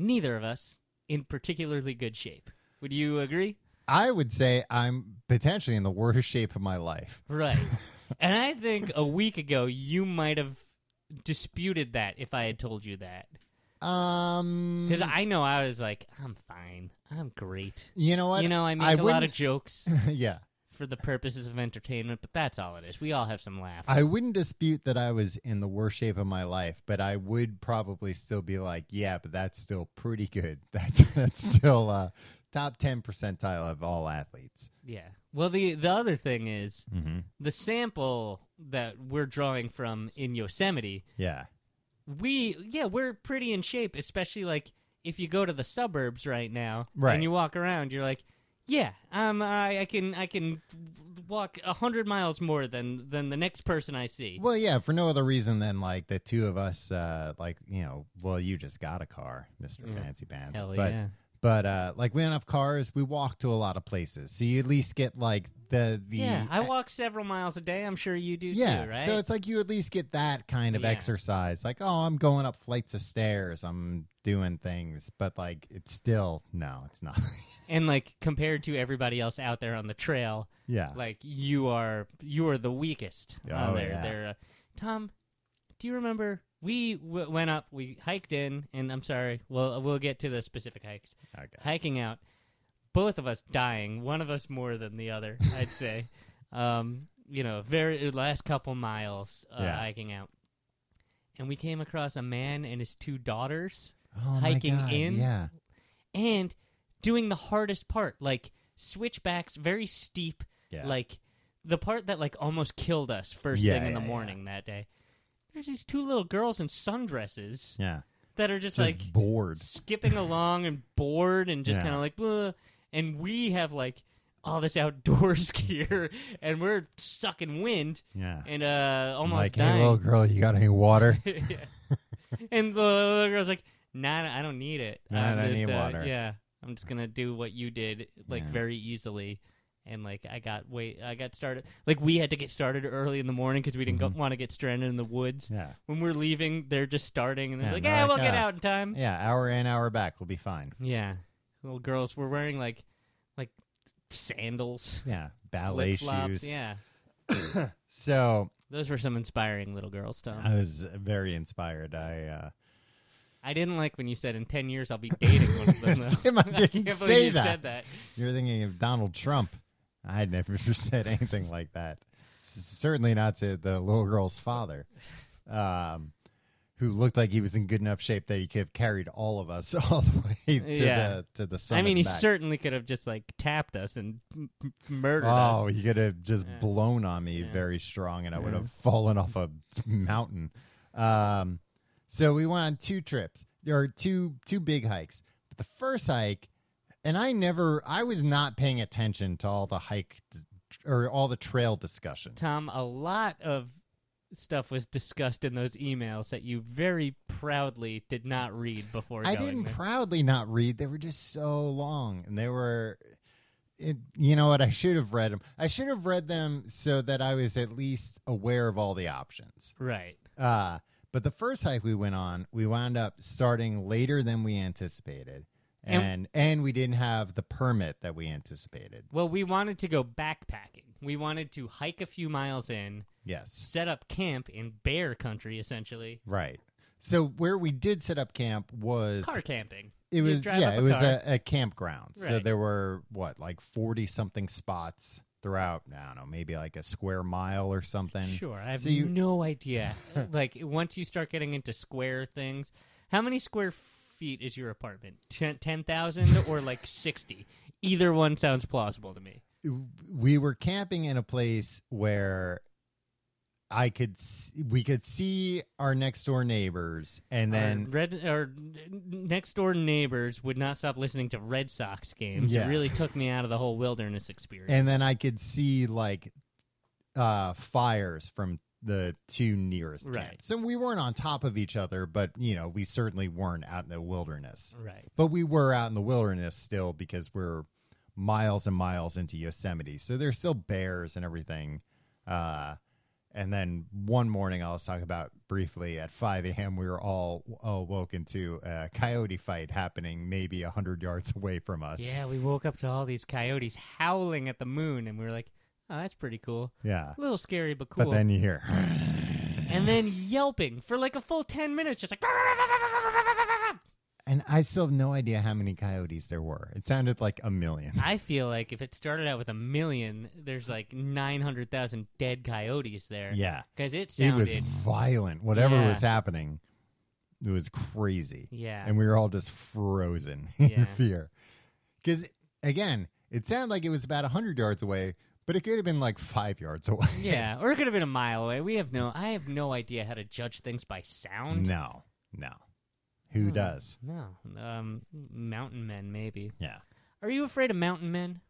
Speaker 1: neither of us, in particularly good shape. Would you agree?
Speaker 2: I would say I'm potentially in the worst shape of my life. [LAUGHS]
Speaker 1: Right. and I think a week ago you might have disputed that if I had told you that.
Speaker 2: Um,
Speaker 1: Because I know I was like, I'm fine. I'm great.
Speaker 2: you know what?
Speaker 1: You know, I make
Speaker 2: I
Speaker 1: a lot of
Speaker 2: wouldn't- [LAUGHS]
Speaker 1: jokes
Speaker 2: yeah.
Speaker 1: for the purposes of entertainment, but that's all it is. We all have some laughs.
Speaker 2: I wouldn't dispute that I was in the worst shape of my life, but I would probably still be like, yeah, but that's still pretty good. [LAUGHS] That's that's still uh, top ten percentile of all athletes.
Speaker 1: yeah. Well, the the other thing is
Speaker 2: Mm-hmm.
Speaker 1: the sample that we're drawing from in Yosemite.
Speaker 2: Yeah,
Speaker 1: We yeah, we're pretty in shape, especially like if you go to the suburbs right now
Speaker 2: Right.
Speaker 1: and you walk around, you're like, yeah, um, I, I can I can walk a hundred miles more than than the next person I see.
Speaker 2: Well, yeah, for no other reason than like the two of us, uh, like you know, well, you just got a car, Mister
Speaker 1: Yeah.
Speaker 2: Fancy Pants.
Speaker 1: Mm. Hell
Speaker 2: but
Speaker 1: yeah.
Speaker 2: but uh, like we don't have cars, we walk to a lot of places, so you at least get like the the
Speaker 1: Yeah, I walk several miles a day. I'm sure you do
Speaker 2: yeah.
Speaker 1: too, right?
Speaker 2: So it's like you at least get that kind of
Speaker 1: Yeah.
Speaker 2: exercise, like oh, I'm going up flights of stairs, I'm doing things, but like it's still no, it's not. [LAUGHS]
Speaker 1: and like compared to everybody else out there on the trail,
Speaker 2: yeah,
Speaker 1: like you are you are the weakest. on
Speaker 2: Oh,
Speaker 1: there.
Speaker 2: yeah.
Speaker 1: There, uh, Tom, do you remember we w- went up, we hiked in, and I'm sorry, we'll we'll get to the specific hikes.
Speaker 2: okay.
Speaker 1: Hiking out, both of us dying, one of us more than the
Speaker 2: [LAUGHS]
Speaker 1: other, I'd say. Um, you know, very last couple miles uh,
Speaker 2: Yeah.
Speaker 1: hiking out. And we came across a man and his two daughters.
Speaker 2: Oh, my
Speaker 1: hiking
Speaker 2: God,
Speaker 1: in.
Speaker 2: Yeah,
Speaker 1: and doing the hardest part, like switchbacks, very steep,
Speaker 2: yeah,
Speaker 1: like the part that like almost killed us first
Speaker 2: Yeah,
Speaker 1: thing in
Speaker 2: yeah,
Speaker 1: the
Speaker 2: yeah.
Speaker 1: morning that day. There's these two little girls in sundresses
Speaker 2: yeah,
Speaker 1: that are just,
Speaker 2: just
Speaker 1: like
Speaker 2: bored.
Speaker 1: skipping along and bored and just
Speaker 2: Yeah.
Speaker 1: kind of like, "Bleh." and we have like all this outdoors [LAUGHS] gear and we're sucking wind
Speaker 2: Yeah,
Speaker 1: and uh
Speaker 2: I'm
Speaker 1: almost
Speaker 2: like hey,
Speaker 1: dying.
Speaker 2: little girl, you got any water?
Speaker 1: [LAUGHS] Yeah. and the little girl's like, "Nah, I don't need it.
Speaker 2: Nah,
Speaker 1: I'm
Speaker 2: I don't
Speaker 1: just,
Speaker 2: need
Speaker 1: uh,
Speaker 2: water."
Speaker 1: Yeah, I'm just gonna do what you did, like
Speaker 2: Yeah.
Speaker 1: very easily." And like, I got wait, I got started. Like, we had to get started early in the morning because we didn't
Speaker 2: Mhm.
Speaker 1: want to get stranded in the woods.
Speaker 2: Yeah,
Speaker 1: When we're leaving, they're just starting, and they're
Speaker 2: Yeah,
Speaker 1: like,
Speaker 2: they're
Speaker 1: "Yeah,
Speaker 2: like,
Speaker 1: we'll get
Speaker 2: "Ah."
Speaker 1: out in time." Yeah.
Speaker 2: yeah, hour in, hour back, we'll be fine.
Speaker 1: little girls were wearing like, like sandals,
Speaker 2: Yeah, ballet
Speaker 1: flip-flops.
Speaker 2: shoes.
Speaker 1: Yeah,
Speaker 2: So
Speaker 1: those were some inspiring little girls, Tom.
Speaker 2: I was very inspired. I uh,
Speaker 1: I didn't like when you said in ten years I'll be dating one of [LAUGHS]
Speaker 2: [LAUGHS]
Speaker 1: them. Though.
Speaker 2: Tim, uh, I didn't
Speaker 1: can't believe
Speaker 2: say
Speaker 1: you
Speaker 2: that.
Speaker 1: said that.
Speaker 2: You're thinking of Donald Trump. I never [LAUGHS] said anything like that. S- certainly not to the little girl's father, um, who looked like he was in good enough shape that he could have carried all of us [LAUGHS] all the way to
Speaker 1: Yeah.
Speaker 2: the to the summit.
Speaker 1: I mean, he
Speaker 2: and back.
Speaker 1: certainly could have just like tapped us and m- m- murdered
Speaker 2: Oh,
Speaker 1: us.
Speaker 2: he could have just
Speaker 1: Yeah.
Speaker 2: blown on me
Speaker 1: Yeah.
Speaker 2: very strong, and I would
Speaker 1: Yeah.
Speaker 2: have fallen off a mountain. Um, so we went on two trips. There are two two big hikes. But the first hike, and I never, I was not paying attention to all the hike or all the trail discussion.
Speaker 1: Tom, a lot of stuff was discussed in those emails that you very proudly did not read before
Speaker 2: I
Speaker 1: going
Speaker 2: didn't
Speaker 1: there.
Speaker 2: proudly not read. They were just so long, and they were. It, you know what? I should have read them. I should have read them so that I was at least aware of all the options.
Speaker 1: right.
Speaker 2: Uh, but the first hike we went on, we wound up starting later than we anticipated.
Speaker 1: And-
Speaker 2: And, and we didn't have the permit that we anticipated.
Speaker 1: Well, we wanted to go backpacking. We wanted to hike a few miles in,
Speaker 2: Yes.
Speaker 1: set up camp in bear country, essentially.
Speaker 2: Right. So where we did set up camp was
Speaker 1: Car camping.
Speaker 2: it
Speaker 1: You
Speaker 2: was
Speaker 1: drive
Speaker 2: yeah,
Speaker 1: up
Speaker 2: it
Speaker 1: a
Speaker 2: was
Speaker 1: car.
Speaker 2: a, a campground. So
Speaker 1: Right.
Speaker 2: there were what, like 40 something spots throughout, I don't know, maybe like a square mile or something.
Speaker 1: Sure, I have
Speaker 2: so you-
Speaker 1: no
Speaker 2: [LAUGHS]
Speaker 1: idea. like once you start getting into square things, how many square feet is your apartment? Ten ten
Speaker 2: [LAUGHS]
Speaker 1: thousand or like sixty? Either one sounds plausible to me.
Speaker 2: we were camping in a place where I could s we could see our next door neighbors, and
Speaker 1: our
Speaker 2: then
Speaker 1: red or next door neighbors would not stop listening to Red Sox games.
Speaker 2: Yeah.
Speaker 1: It really took me out of the whole wilderness experience.
Speaker 2: and then I could see like uh, fires from the two nearest
Speaker 1: Right.
Speaker 2: camps. So we weren't on top of each other, but you know, we certainly weren't out in the wilderness.
Speaker 1: Right.
Speaker 2: But we were out in the wilderness still because we're miles and miles into Yosemite. So there's still bears and everything. Uh, and then one morning, I'll talk about briefly at 5 a.m., we were all awoken to a coyote fight happening maybe 100 yards away from us.
Speaker 1: Yeah, we woke up to all these coyotes howling at the moon, and we were like, "Oh, that's pretty cool.
Speaker 2: Yeah.
Speaker 1: A little scary, but cool."
Speaker 2: But then you hear.
Speaker 1: and then yelping for like a full ten minutes, just like. [LAUGHS] I
Speaker 2: And I still have no idea how many coyotes there were. It sounded like a million.
Speaker 1: feel like if it started out with a million, there's like nine hundred thousand dead coyotes there.
Speaker 2: Yeah.
Speaker 1: because it
Speaker 2: It was
Speaker 1: sounded.
Speaker 2: violent. Whatever
Speaker 1: Yeah.
Speaker 2: was happening, it was crazy.
Speaker 1: yeah,
Speaker 2: And we were all just frozen [LAUGHS] in
Speaker 1: Yeah.
Speaker 2: fear. Because, again, it sounded like it was about 100 yards away, but it could have been like five yards away.
Speaker 1: [LAUGHS] yeah, or it could have been a mile away. We have no. I have no idea how to judge things by sound.
Speaker 2: No, no. Who
Speaker 1: Hmm.
Speaker 2: does?
Speaker 1: No, um, mountain men maybe.
Speaker 2: Yeah.
Speaker 1: Are you afraid of mountain men?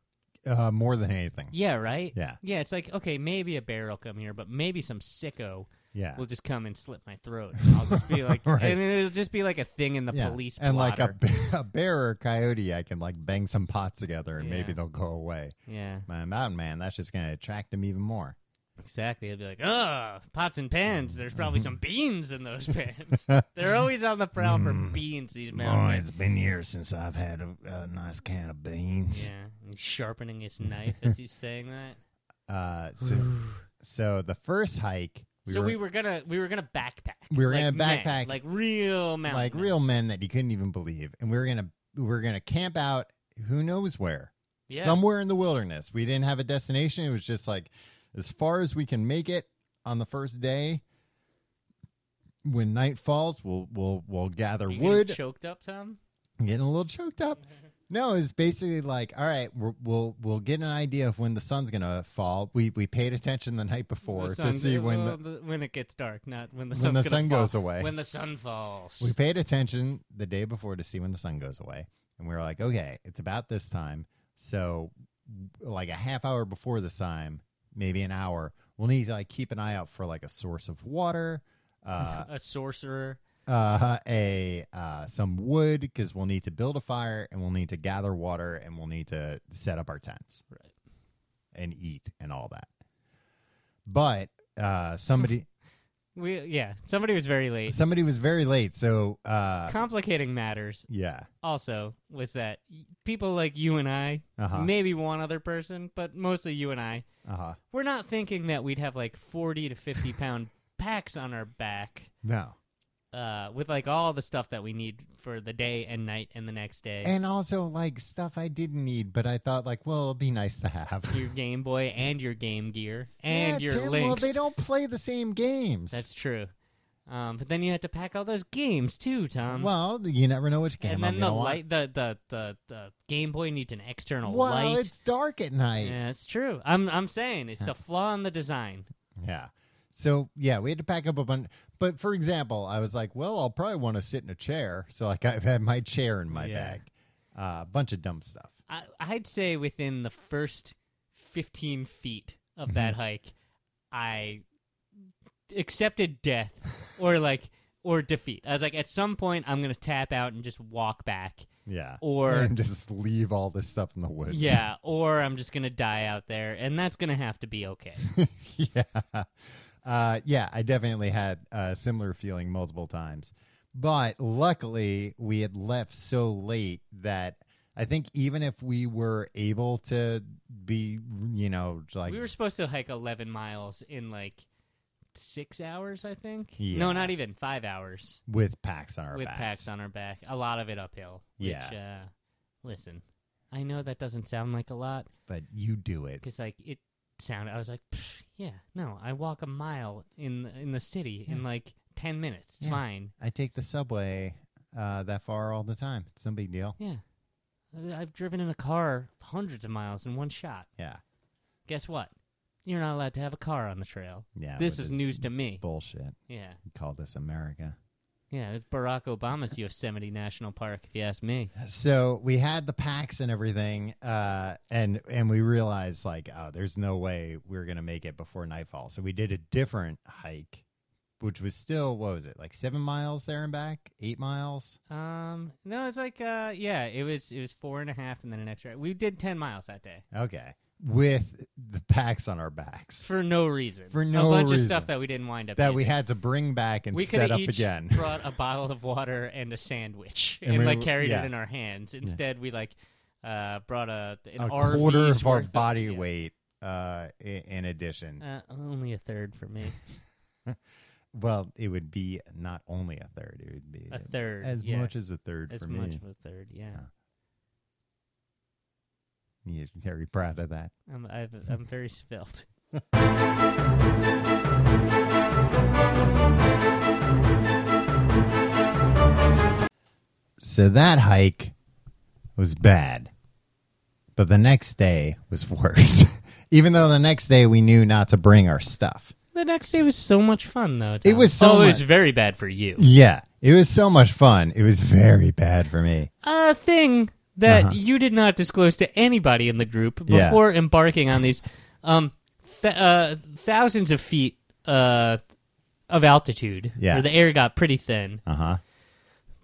Speaker 2: Uh, more than anything.
Speaker 1: Yeah, right.
Speaker 2: Yeah.
Speaker 1: Yeah, it's like okay, maybe a bear will come here, but maybe some sicko
Speaker 2: Yeah.
Speaker 1: will just come and slit my
Speaker 2: [LAUGHS]
Speaker 1: throat. And I'll just be like,
Speaker 2: Right.
Speaker 1: and it'll just be like a thing in the
Speaker 2: Yeah.
Speaker 1: police
Speaker 2: and like a,
Speaker 1: blotter.
Speaker 2: b- [LAUGHS] a bear or a coyote, I can like bang some pots together and
Speaker 1: Yeah.
Speaker 2: maybe they'll go away.
Speaker 1: yeah,
Speaker 2: My mountain man, that's just gonna attract them even more.
Speaker 1: exactly. It'll be like, oh, pots and pans. There's probably
Speaker 2: Mm.
Speaker 1: some beans in
Speaker 2: [LAUGHS]
Speaker 1: those pans. They're always on the prowl for
Speaker 2: Mm.
Speaker 1: beans. These mountain men.
Speaker 2: been years since I've had a, a nice can of beans.
Speaker 1: Yeah, and sharpening his knife as he's saying that.
Speaker 2: Uh, [LAUGHS] so, so the first hike, we
Speaker 1: so
Speaker 2: were,
Speaker 1: we were gonna we were gonna backpack.
Speaker 2: We were
Speaker 1: Like
Speaker 2: gonna
Speaker 1: men,
Speaker 2: backpack.
Speaker 1: like real mountain,
Speaker 2: like
Speaker 1: men.
Speaker 2: real men that you couldn't even believe, and we were gonna we were gonna camp out, who knows where,
Speaker 1: Yeah.
Speaker 2: somewhere in the wilderness. We didn't have a destination. It was just like as far as we can make it on the first day. When night falls, we'll we'll we'll gather
Speaker 1: You getting
Speaker 2: wood.
Speaker 1: choked up, Tom.
Speaker 2: I'm getting a little choked up. No, it's basically like, all right, we're, we'll we'll get an idea of when the sun's gonna fall. We we paid attention the night before
Speaker 1: The
Speaker 2: to
Speaker 1: sun-
Speaker 2: see when
Speaker 1: well,
Speaker 2: the,
Speaker 1: the- when it gets dark, not when the
Speaker 2: when
Speaker 1: sun's
Speaker 2: the
Speaker 1: gonna
Speaker 2: sun
Speaker 1: fall.
Speaker 2: goes away.
Speaker 1: When the sun falls. [LAUGHS]
Speaker 2: we paid attention the day before to see when the sun goes away, and we were like, okay, it's about this time. So, like a half hour before this time, maybe an hour, we'll need to like keep an eye out for like a source of water.
Speaker 1: [LAUGHS]
Speaker 2: Uh,
Speaker 1: a sorcerer.
Speaker 2: uh, a uh, some wood because we'll need to build a fire and we'll need to gather water and we'll need to set up our tents
Speaker 1: Right.
Speaker 2: and eat and all that. But
Speaker 1: [LAUGHS]
Speaker 2: uh, somebody
Speaker 1: We yeah. Somebody was very late.
Speaker 2: somebody was very late, so uh,
Speaker 1: Complicating matters
Speaker 2: yeah,
Speaker 1: also was that y- people like you and I,
Speaker 2: uh huh,
Speaker 1: maybe one other person, but mostly you and I,
Speaker 2: uh huh.
Speaker 1: we're not thinking that we'd have like forty to
Speaker 2: [LAUGHS]
Speaker 1: fifty pound packs on our back.
Speaker 2: No,
Speaker 1: Uh, with like all the stuff that we need for the day and night and the next day,
Speaker 2: and also like stuff I didn't need, but I thought like, well, it'll be nice to have.
Speaker 1: your Game Boy and your Game Gear [LAUGHS] and
Speaker 2: Yeah,
Speaker 1: your
Speaker 2: Tim,
Speaker 1: Lynx.
Speaker 2: Well, they don't play the same games.
Speaker 1: That's true. Um, but then you had to pack all those games too, Tom.
Speaker 2: well, you never know which game.
Speaker 1: um, and
Speaker 2: I'm
Speaker 1: then the
Speaker 2: gonna want.
Speaker 1: light, the, the the the Game Boy needs an external
Speaker 2: Well,
Speaker 1: light.
Speaker 2: it's dark at night.
Speaker 1: yeah, it's true. I'm I'm saying it's a flaw in the design.
Speaker 2: Yeah. So yeah, we had to pack up a bunch. But for example, I was like, well, I'll probably want to sit in a chair. So like, I've had my chair in my
Speaker 1: Yeah.
Speaker 2: bag, a uh, bunch of dumb stuff.
Speaker 1: I, I'd say within the first 15 feet
Speaker 2: Mm-hmm.
Speaker 1: of that hike, I accepted
Speaker 2: [LAUGHS]
Speaker 1: death or like or defeat. I was like, at some point, I'm gonna tap out and just walk back,
Speaker 2: Yeah.
Speaker 1: or
Speaker 2: [LAUGHS] and just leave all this stuff in the woods.
Speaker 1: yeah, or I'm just gonna die out there, and that's gonna have to be okay.
Speaker 2: [LAUGHS] yeah. Uh, yeah. I definitely had a similar feeling multiple times, but luckily we had left so late that. I think even if we were able to be, you know, like
Speaker 1: we were supposed to hike 11 miles in like six hours, I think.
Speaker 2: Yeah.
Speaker 1: No, not even five hours
Speaker 2: with packs on our
Speaker 1: with
Speaker 2: backs.
Speaker 1: packs on our back. A lot of it uphill. Which, yeah. Uh, listen, I know that doesn't sound like a lot
Speaker 2: but you do it.
Speaker 1: because like it sounded. I was like, "Pfft, yeah, no, I walk a mile in in the city in
Speaker 2: Yeah.
Speaker 1: like 10 minutes. It's
Speaker 2: Yeah.
Speaker 1: fine.
Speaker 2: I take the subway uh, that far all the time. It's no big deal.
Speaker 1: Yeah. I- I've driven in a car hundreds of miles in one shot.
Speaker 2: Yeah,
Speaker 1: Guess what? You're not allowed to have a car on the trail.
Speaker 2: yeah.
Speaker 1: this
Speaker 2: which
Speaker 1: is news to me.
Speaker 2: bullshit.
Speaker 1: yeah.
Speaker 2: You call this America?
Speaker 1: Yeah, it's Barack Obama's Yosemite National Park, if you ask me.
Speaker 2: So we had the packs and everything, uh, and and we realized like, oh, there's no way we're gonna make it before nightfall. So we did a different hike, which was still what was it like seven miles there and back, eight miles.
Speaker 1: Um, no, it's like, uh, yeah, it was it was four and a half, and then an extra. We did ten miles that day
Speaker 2: Okay, with the packs on our backs
Speaker 1: for no reason.
Speaker 2: For no
Speaker 1: a bunch
Speaker 2: reason.
Speaker 1: of stuff that we didn't wind up
Speaker 2: that we
Speaker 1: using.
Speaker 2: had to bring back and
Speaker 1: We could
Speaker 2: set
Speaker 1: have
Speaker 2: up
Speaker 1: each
Speaker 2: again. [LAUGHS]
Speaker 1: brought a bottle of water and a sandwich, and,
Speaker 2: And we
Speaker 1: like
Speaker 2: were-
Speaker 1: carried
Speaker 2: yeah.
Speaker 1: it in our hands. Instead, we like uh brought a an
Speaker 2: a
Speaker 1: RV's
Speaker 2: quarter of our
Speaker 1: worth
Speaker 2: body
Speaker 1: yeah.
Speaker 2: weight. Uh, i- in addition,
Speaker 1: Uh, only a third for
Speaker 2: [LAUGHS]
Speaker 1: me.
Speaker 2: well, it would be not only a third; it would be
Speaker 1: A third,
Speaker 2: as
Speaker 1: yeah.
Speaker 2: much as a third
Speaker 1: As
Speaker 2: for
Speaker 1: much
Speaker 2: me.
Speaker 1: of a third, yeah.
Speaker 2: Yeah. Yeah, very proud of that.
Speaker 1: I'm
Speaker 2: [LAUGHS]
Speaker 1: I've, I'm very svelte.
Speaker 2: So that hike was bad. But the next day was [LAUGHS] worse. Even though the next day we knew not to bring our stuff.
Speaker 1: The next day was so much fun, though.
Speaker 2: It
Speaker 1: Tom.
Speaker 2: was so
Speaker 1: Oh, it was
Speaker 2: much-
Speaker 1: very bad for you.
Speaker 2: Yeah, it was so much fun. It was very bad for me.
Speaker 1: A thing that
Speaker 2: Uh-huh.
Speaker 1: you did not disclose to anybody in the group
Speaker 2: Yeah.
Speaker 1: before embarking on these um, th- uh, thousands of feet uh, of altitude,
Speaker 2: Yeah.
Speaker 1: where the air got pretty thin.
Speaker 2: Uh huh.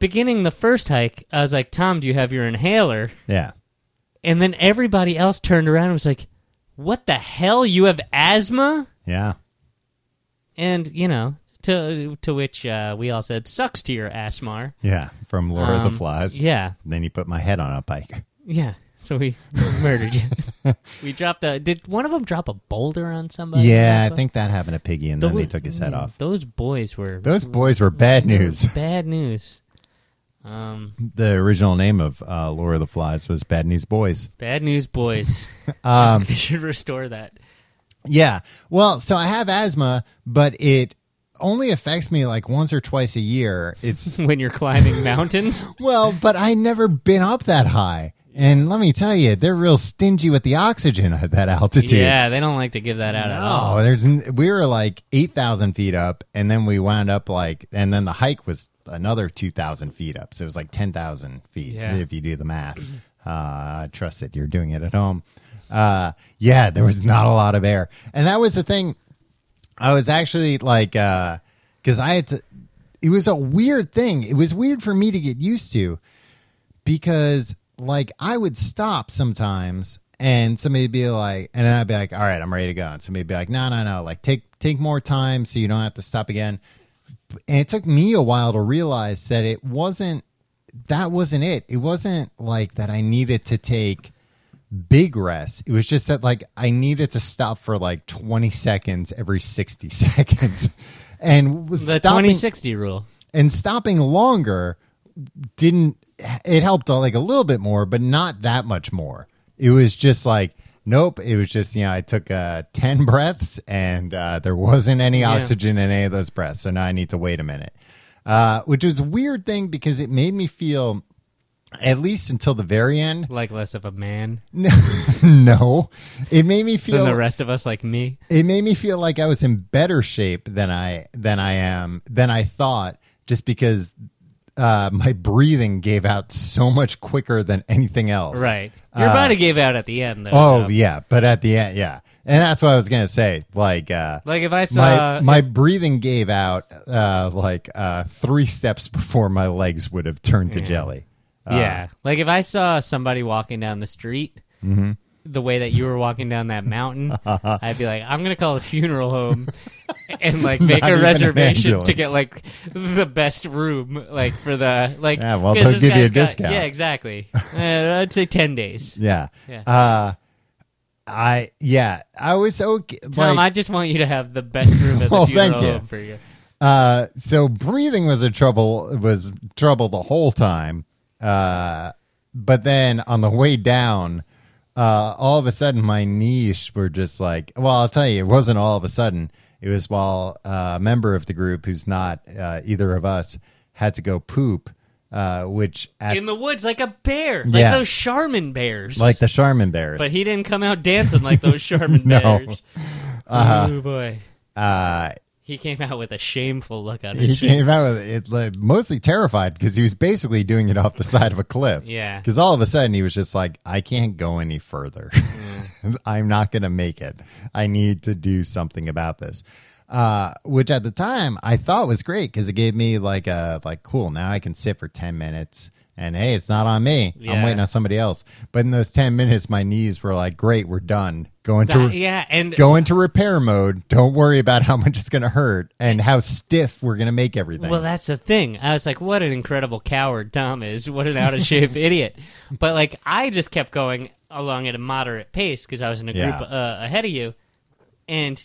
Speaker 1: Beginning the first hike, I was like, "Tom, do you have your inhaler?"
Speaker 2: Yeah.
Speaker 1: And then everybody else turned around and was like, "What the hell? You have asthma?"
Speaker 2: Yeah.
Speaker 1: And you know, to to which uh, we all said, "Sucks to your asthma."
Speaker 2: Yeah. From Laura of
Speaker 1: Um,
Speaker 2: the Flies.
Speaker 1: Yeah,
Speaker 2: Then he put my head on a bike.
Speaker 1: yeah. So we [LAUGHS] murdered you.
Speaker 2: [LAUGHS]
Speaker 1: we dropped the. Did one of them drop a boulder on somebody?
Speaker 2: Yeah, I
Speaker 1: Rafa?
Speaker 2: think that happened to Piggy, and then
Speaker 1: Those-
Speaker 2: he took his head
Speaker 1: man,
Speaker 2: off.
Speaker 1: Those boys were
Speaker 2: Those boys were bad news.
Speaker 1: [LAUGHS]
Speaker 2: [LAUGHS]
Speaker 1: Bad news. Um,
Speaker 2: The original name of uh, Laura of the Flies was Bad News Boys.
Speaker 1: bad news, boys.
Speaker 2: [LAUGHS] Um,
Speaker 1: [LAUGHS] we should restore that.
Speaker 2: Yeah. Well, so I have asthma, but it only affects me like once or twice a year. It's [LAUGHS]
Speaker 1: When you're climbing mountains,
Speaker 2: well, but I never been up that high. And let me tell you, they're real stingy with the oxygen at that altitude.
Speaker 1: yeah, they don't like to give that out at
Speaker 2: Oh,
Speaker 1: all.
Speaker 2: there's n- we were like 8,000 feet up and then we wound up like and then the hike was another 2,000 feet up. So it was like 10,000 feet
Speaker 1: Yeah.
Speaker 2: if you do the math. [CLEARS THROAT] Uh, I trust that you're doing it at home. Uh, yeah, there was not a lot of air. And that was the thing I was actually like, uh 'cause cause I had to, it was a weird thing. It was weird for me to get used to because like I would stop sometimes and somebody'd be like, and I'd be like, all right, I'm ready to go. And somebody'd be like, no, no, no. Like take, take more time so you don't have to stop again. And it took me a while to realize that it wasn't, that wasn't it. It wasn't like that I needed to take big rest. It was just that like I needed to stop for like 20 seconds every 60 [LAUGHS] seconds. And was
Speaker 1: The
Speaker 2: stopping,
Speaker 1: twenty sixty rule.
Speaker 2: and stopping longer didn't it helped uh, like a little bit more but not that much more it was just like nope it was just you know i took uh 10 [LAUGHS] breaths and uh there wasn't any
Speaker 1: Yeah.
Speaker 2: oxygen in any of those breaths so now i need to wait a minute uh which was a weird thing because it made me feel at least until the very end [LAUGHS]
Speaker 1: Like less of a man
Speaker 2: no, no it made me feel
Speaker 1: than the rest of us, like me.
Speaker 2: it made me feel like I was in better shape than I than I am than I thought, just because uh, my breathing gave out so much quicker than anything else.
Speaker 1: Right. Your
Speaker 2: Uh,
Speaker 1: body gave out at the end, though.
Speaker 2: Oh
Speaker 1: Tom.
Speaker 2: yeah, but at the end, yeah, and that's what I was gonna say. Like uh,
Speaker 1: Like if I
Speaker 2: my
Speaker 1: saw
Speaker 2: my breathing gave out uh, like uh, three steps before my legs would have turned to
Speaker 1: Yeah.
Speaker 2: jelly. Uh,
Speaker 1: Yeah. Like if I saw somebody walking down the street
Speaker 2: Mm-hmm.
Speaker 1: the way that you were walking down that
Speaker 2: [LAUGHS]
Speaker 1: mountain, I'd be like, I'm gonna call a funeral home and like make
Speaker 2: Not
Speaker 1: a
Speaker 2: even an
Speaker 1: reservation
Speaker 2: ambulance.
Speaker 1: to get like the best room, like for the like
Speaker 2: Yeah, well,
Speaker 1: 'cause
Speaker 2: they'll
Speaker 1: this
Speaker 2: give you a
Speaker 1: guy's got-
Speaker 2: discount.
Speaker 1: yeah, exactly. Uh, I'd say ten days.
Speaker 2: yeah,
Speaker 1: Yeah.
Speaker 2: Uh, I yeah, I was okay.
Speaker 1: Tom,
Speaker 2: like-
Speaker 1: I just want you to have the best room at the
Speaker 2: [LAUGHS] Well,
Speaker 1: funeral
Speaker 2: thank you.
Speaker 1: home for you.
Speaker 2: Uh, so breathing was a trouble was trouble the whole time. Uh, but then on the way down, uh, all of a sudden my knees were just like, well, I'll tell you, it wasn't all of a sudden. It was while uh, a member of the group who's not uh, either of us had to go poop, uh, which at,
Speaker 1: In the woods, like a bear, like
Speaker 2: Yeah.
Speaker 1: those Charmin bears.
Speaker 2: like the Charmin bears.
Speaker 1: but he
Speaker 2: [LAUGHS]
Speaker 1: didn't come out dancing like those Charmin
Speaker 2: No.
Speaker 1: bears. Oh boy.
Speaker 2: uh,
Speaker 1: He came out with a shameful look on
Speaker 2: [LAUGHS] He
Speaker 1: his face.
Speaker 2: came out with it like, mostly terrified because he was basically doing it off the side of a cliff.
Speaker 1: Yeah.
Speaker 2: Because all of a sudden he was just like, I can't go any further. [LAUGHS] I'm not going to make it. I need to do something about this. Uh, which at the time I thought was great because it gave me like a like cool. Now I can sit for ten minutes and hey, it's not on me. I'm
Speaker 1: Yeah.
Speaker 2: waiting on somebody else. But in those ten minutes, my knees were like, great, we're done. Going to
Speaker 1: That- Uh, yeah, and
Speaker 2: go into repair mode. Don't worry about how much it's going to hurt and how stiff we're going to make everything.
Speaker 1: Well, that's the thing. I was like, what an incredible coward Tom is. What an out of
Speaker 2: [LAUGHS]
Speaker 1: shape idiot. But like, I just kept going along at a moderate pace because I was in a
Speaker 2: Yeah.
Speaker 1: group uh, ahead of you. And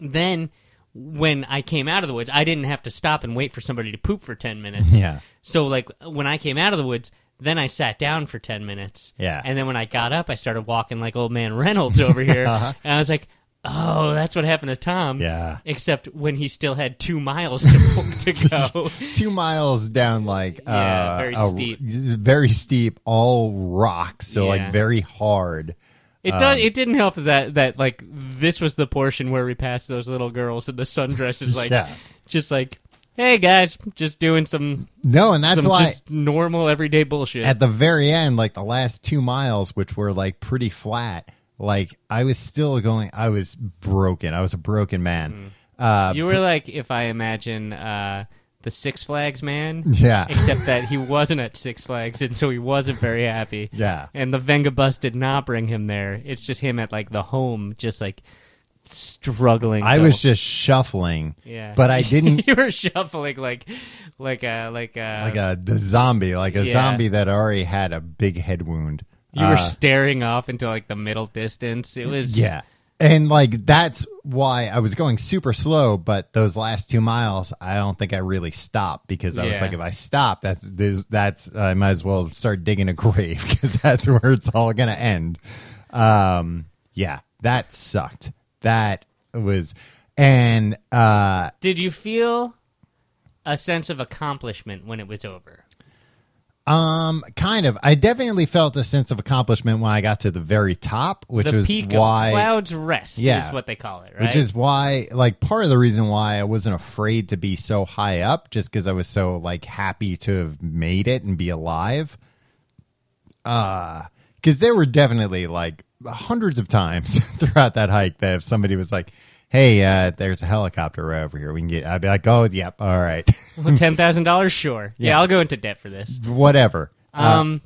Speaker 1: then when I came out of the woods, I didn't have to stop and wait for somebody to poop for 10 minutes.
Speaker 2: [LAUGHS] yeah,
Speaker 1: So like, when I came out of the woods, then I sat down for 10 minutes.
Speaker 2: Yeah.
Speaker 1: And then when I got up, I started walking like old man Reynolds over here.
Speaker 2: [LAUGHS] Uh-huh.
Speaker 1: And I was like, oh, that's what happened to Tom
Speaker 2: yeah.
Speaker 1: except when he still had two miles to, [LAUGHS] to go.
Speaker 2: [LAUGHS] Two miles down, like
Speaker 1: Yeah,
Speaker 2: uh,
Speaker 1: very
Speaker 2: a-
Speaker 1: steep.
Speaker 2: very steep, all rock, so like
Speaker 1: Yeah.
Speaker 2: very hard.
Speaker 1: It
Speaker 2: Um,
Speaker 1: does. it didn't help that that like this was the portion where we passed those little girls in the sundresses, like
Speaker 2: yeah,
Speaker 1: just like, hey guys, just doing some
Speaker 2: no, and that's
Speaker 1: some
Speaker 2: why
Speaker 1: just normal everyday bullshit.
Speaker 2: at the very end, like the last two miles, which were like pretty flat, like I was still going. I was broken. I was a broken man. Uh,
Speaker 1: Mm. you were like, if I imagine uh, the Six Flags man, [LAUGHS]
Speaker 2: yeah,
Speaker 1: except that he wasn't at Six Flags, and so he wasn't very happy.
Speaker 2: [LAUGHS] yeah.
Speaker 1: and the Venga bus did not bring him there. It's just him at like the home, just like struggling.
Speaker 2: I
Speaker 1: to-
Speaker 2: was just shuffling,
Speaker 1: yeah,
Speaker 2: but I
Speaker 1: [LAUGHS]
Speaker 2: didn't
Speaker 1: you were shuffling like, like a like uh, a,
Speaker 2: like a the zombie, like a
Speaker 1: yeah.
Speaker 2: zombie that already had a big head wound.
Speaker 1: you were
Speaker 2: Uh,
Speaker 1: staring off into like the middle distance. It was
Speaker 2: yeah, and like that's why I was going super slow. But those last two miles, I don't think I really stopped because I was
Speaker 1: Yeah.
Speaker 2: like, if I stop, that's there's, that's I might as well start digging a [LAUGHS] grave because that's where it's all gonna end. Um, yeah, that sucked. That was, and uh,
Speaker 1: Did you feel a sense of accomplishment when it was over?
Speaker 2: Um, kind of. I definitely felt a sense of accomplishment when I got to the very top, which
Speaker 1: the
Speaker 2: was
Speaker 1: peak
Speaker 2: why,
Speaker 1: of clouds rest
Speaker 2: Yeah.
Speaker 1: is what they call it, right?
Speaker 2: which is why, like, part of the reason why I wasn't afraid to be so high up, just because I was so like happy to have made it and be alive. Uh, because there were definitely like hundreds of times [LAUGHS] throughout that hike that if somebody was like, "Hey, uh, there's a helicopter right over here. We can get," I'd be like, "Oh, yep, all right, [LAUGHS]
Speaker 1: ten thousand dollars, sure. Yeah.
Speaker 2: Yeah.
Speaker 1: I'll go into debt for this.
Speaker 2: whatever."
Speaker 1: Um,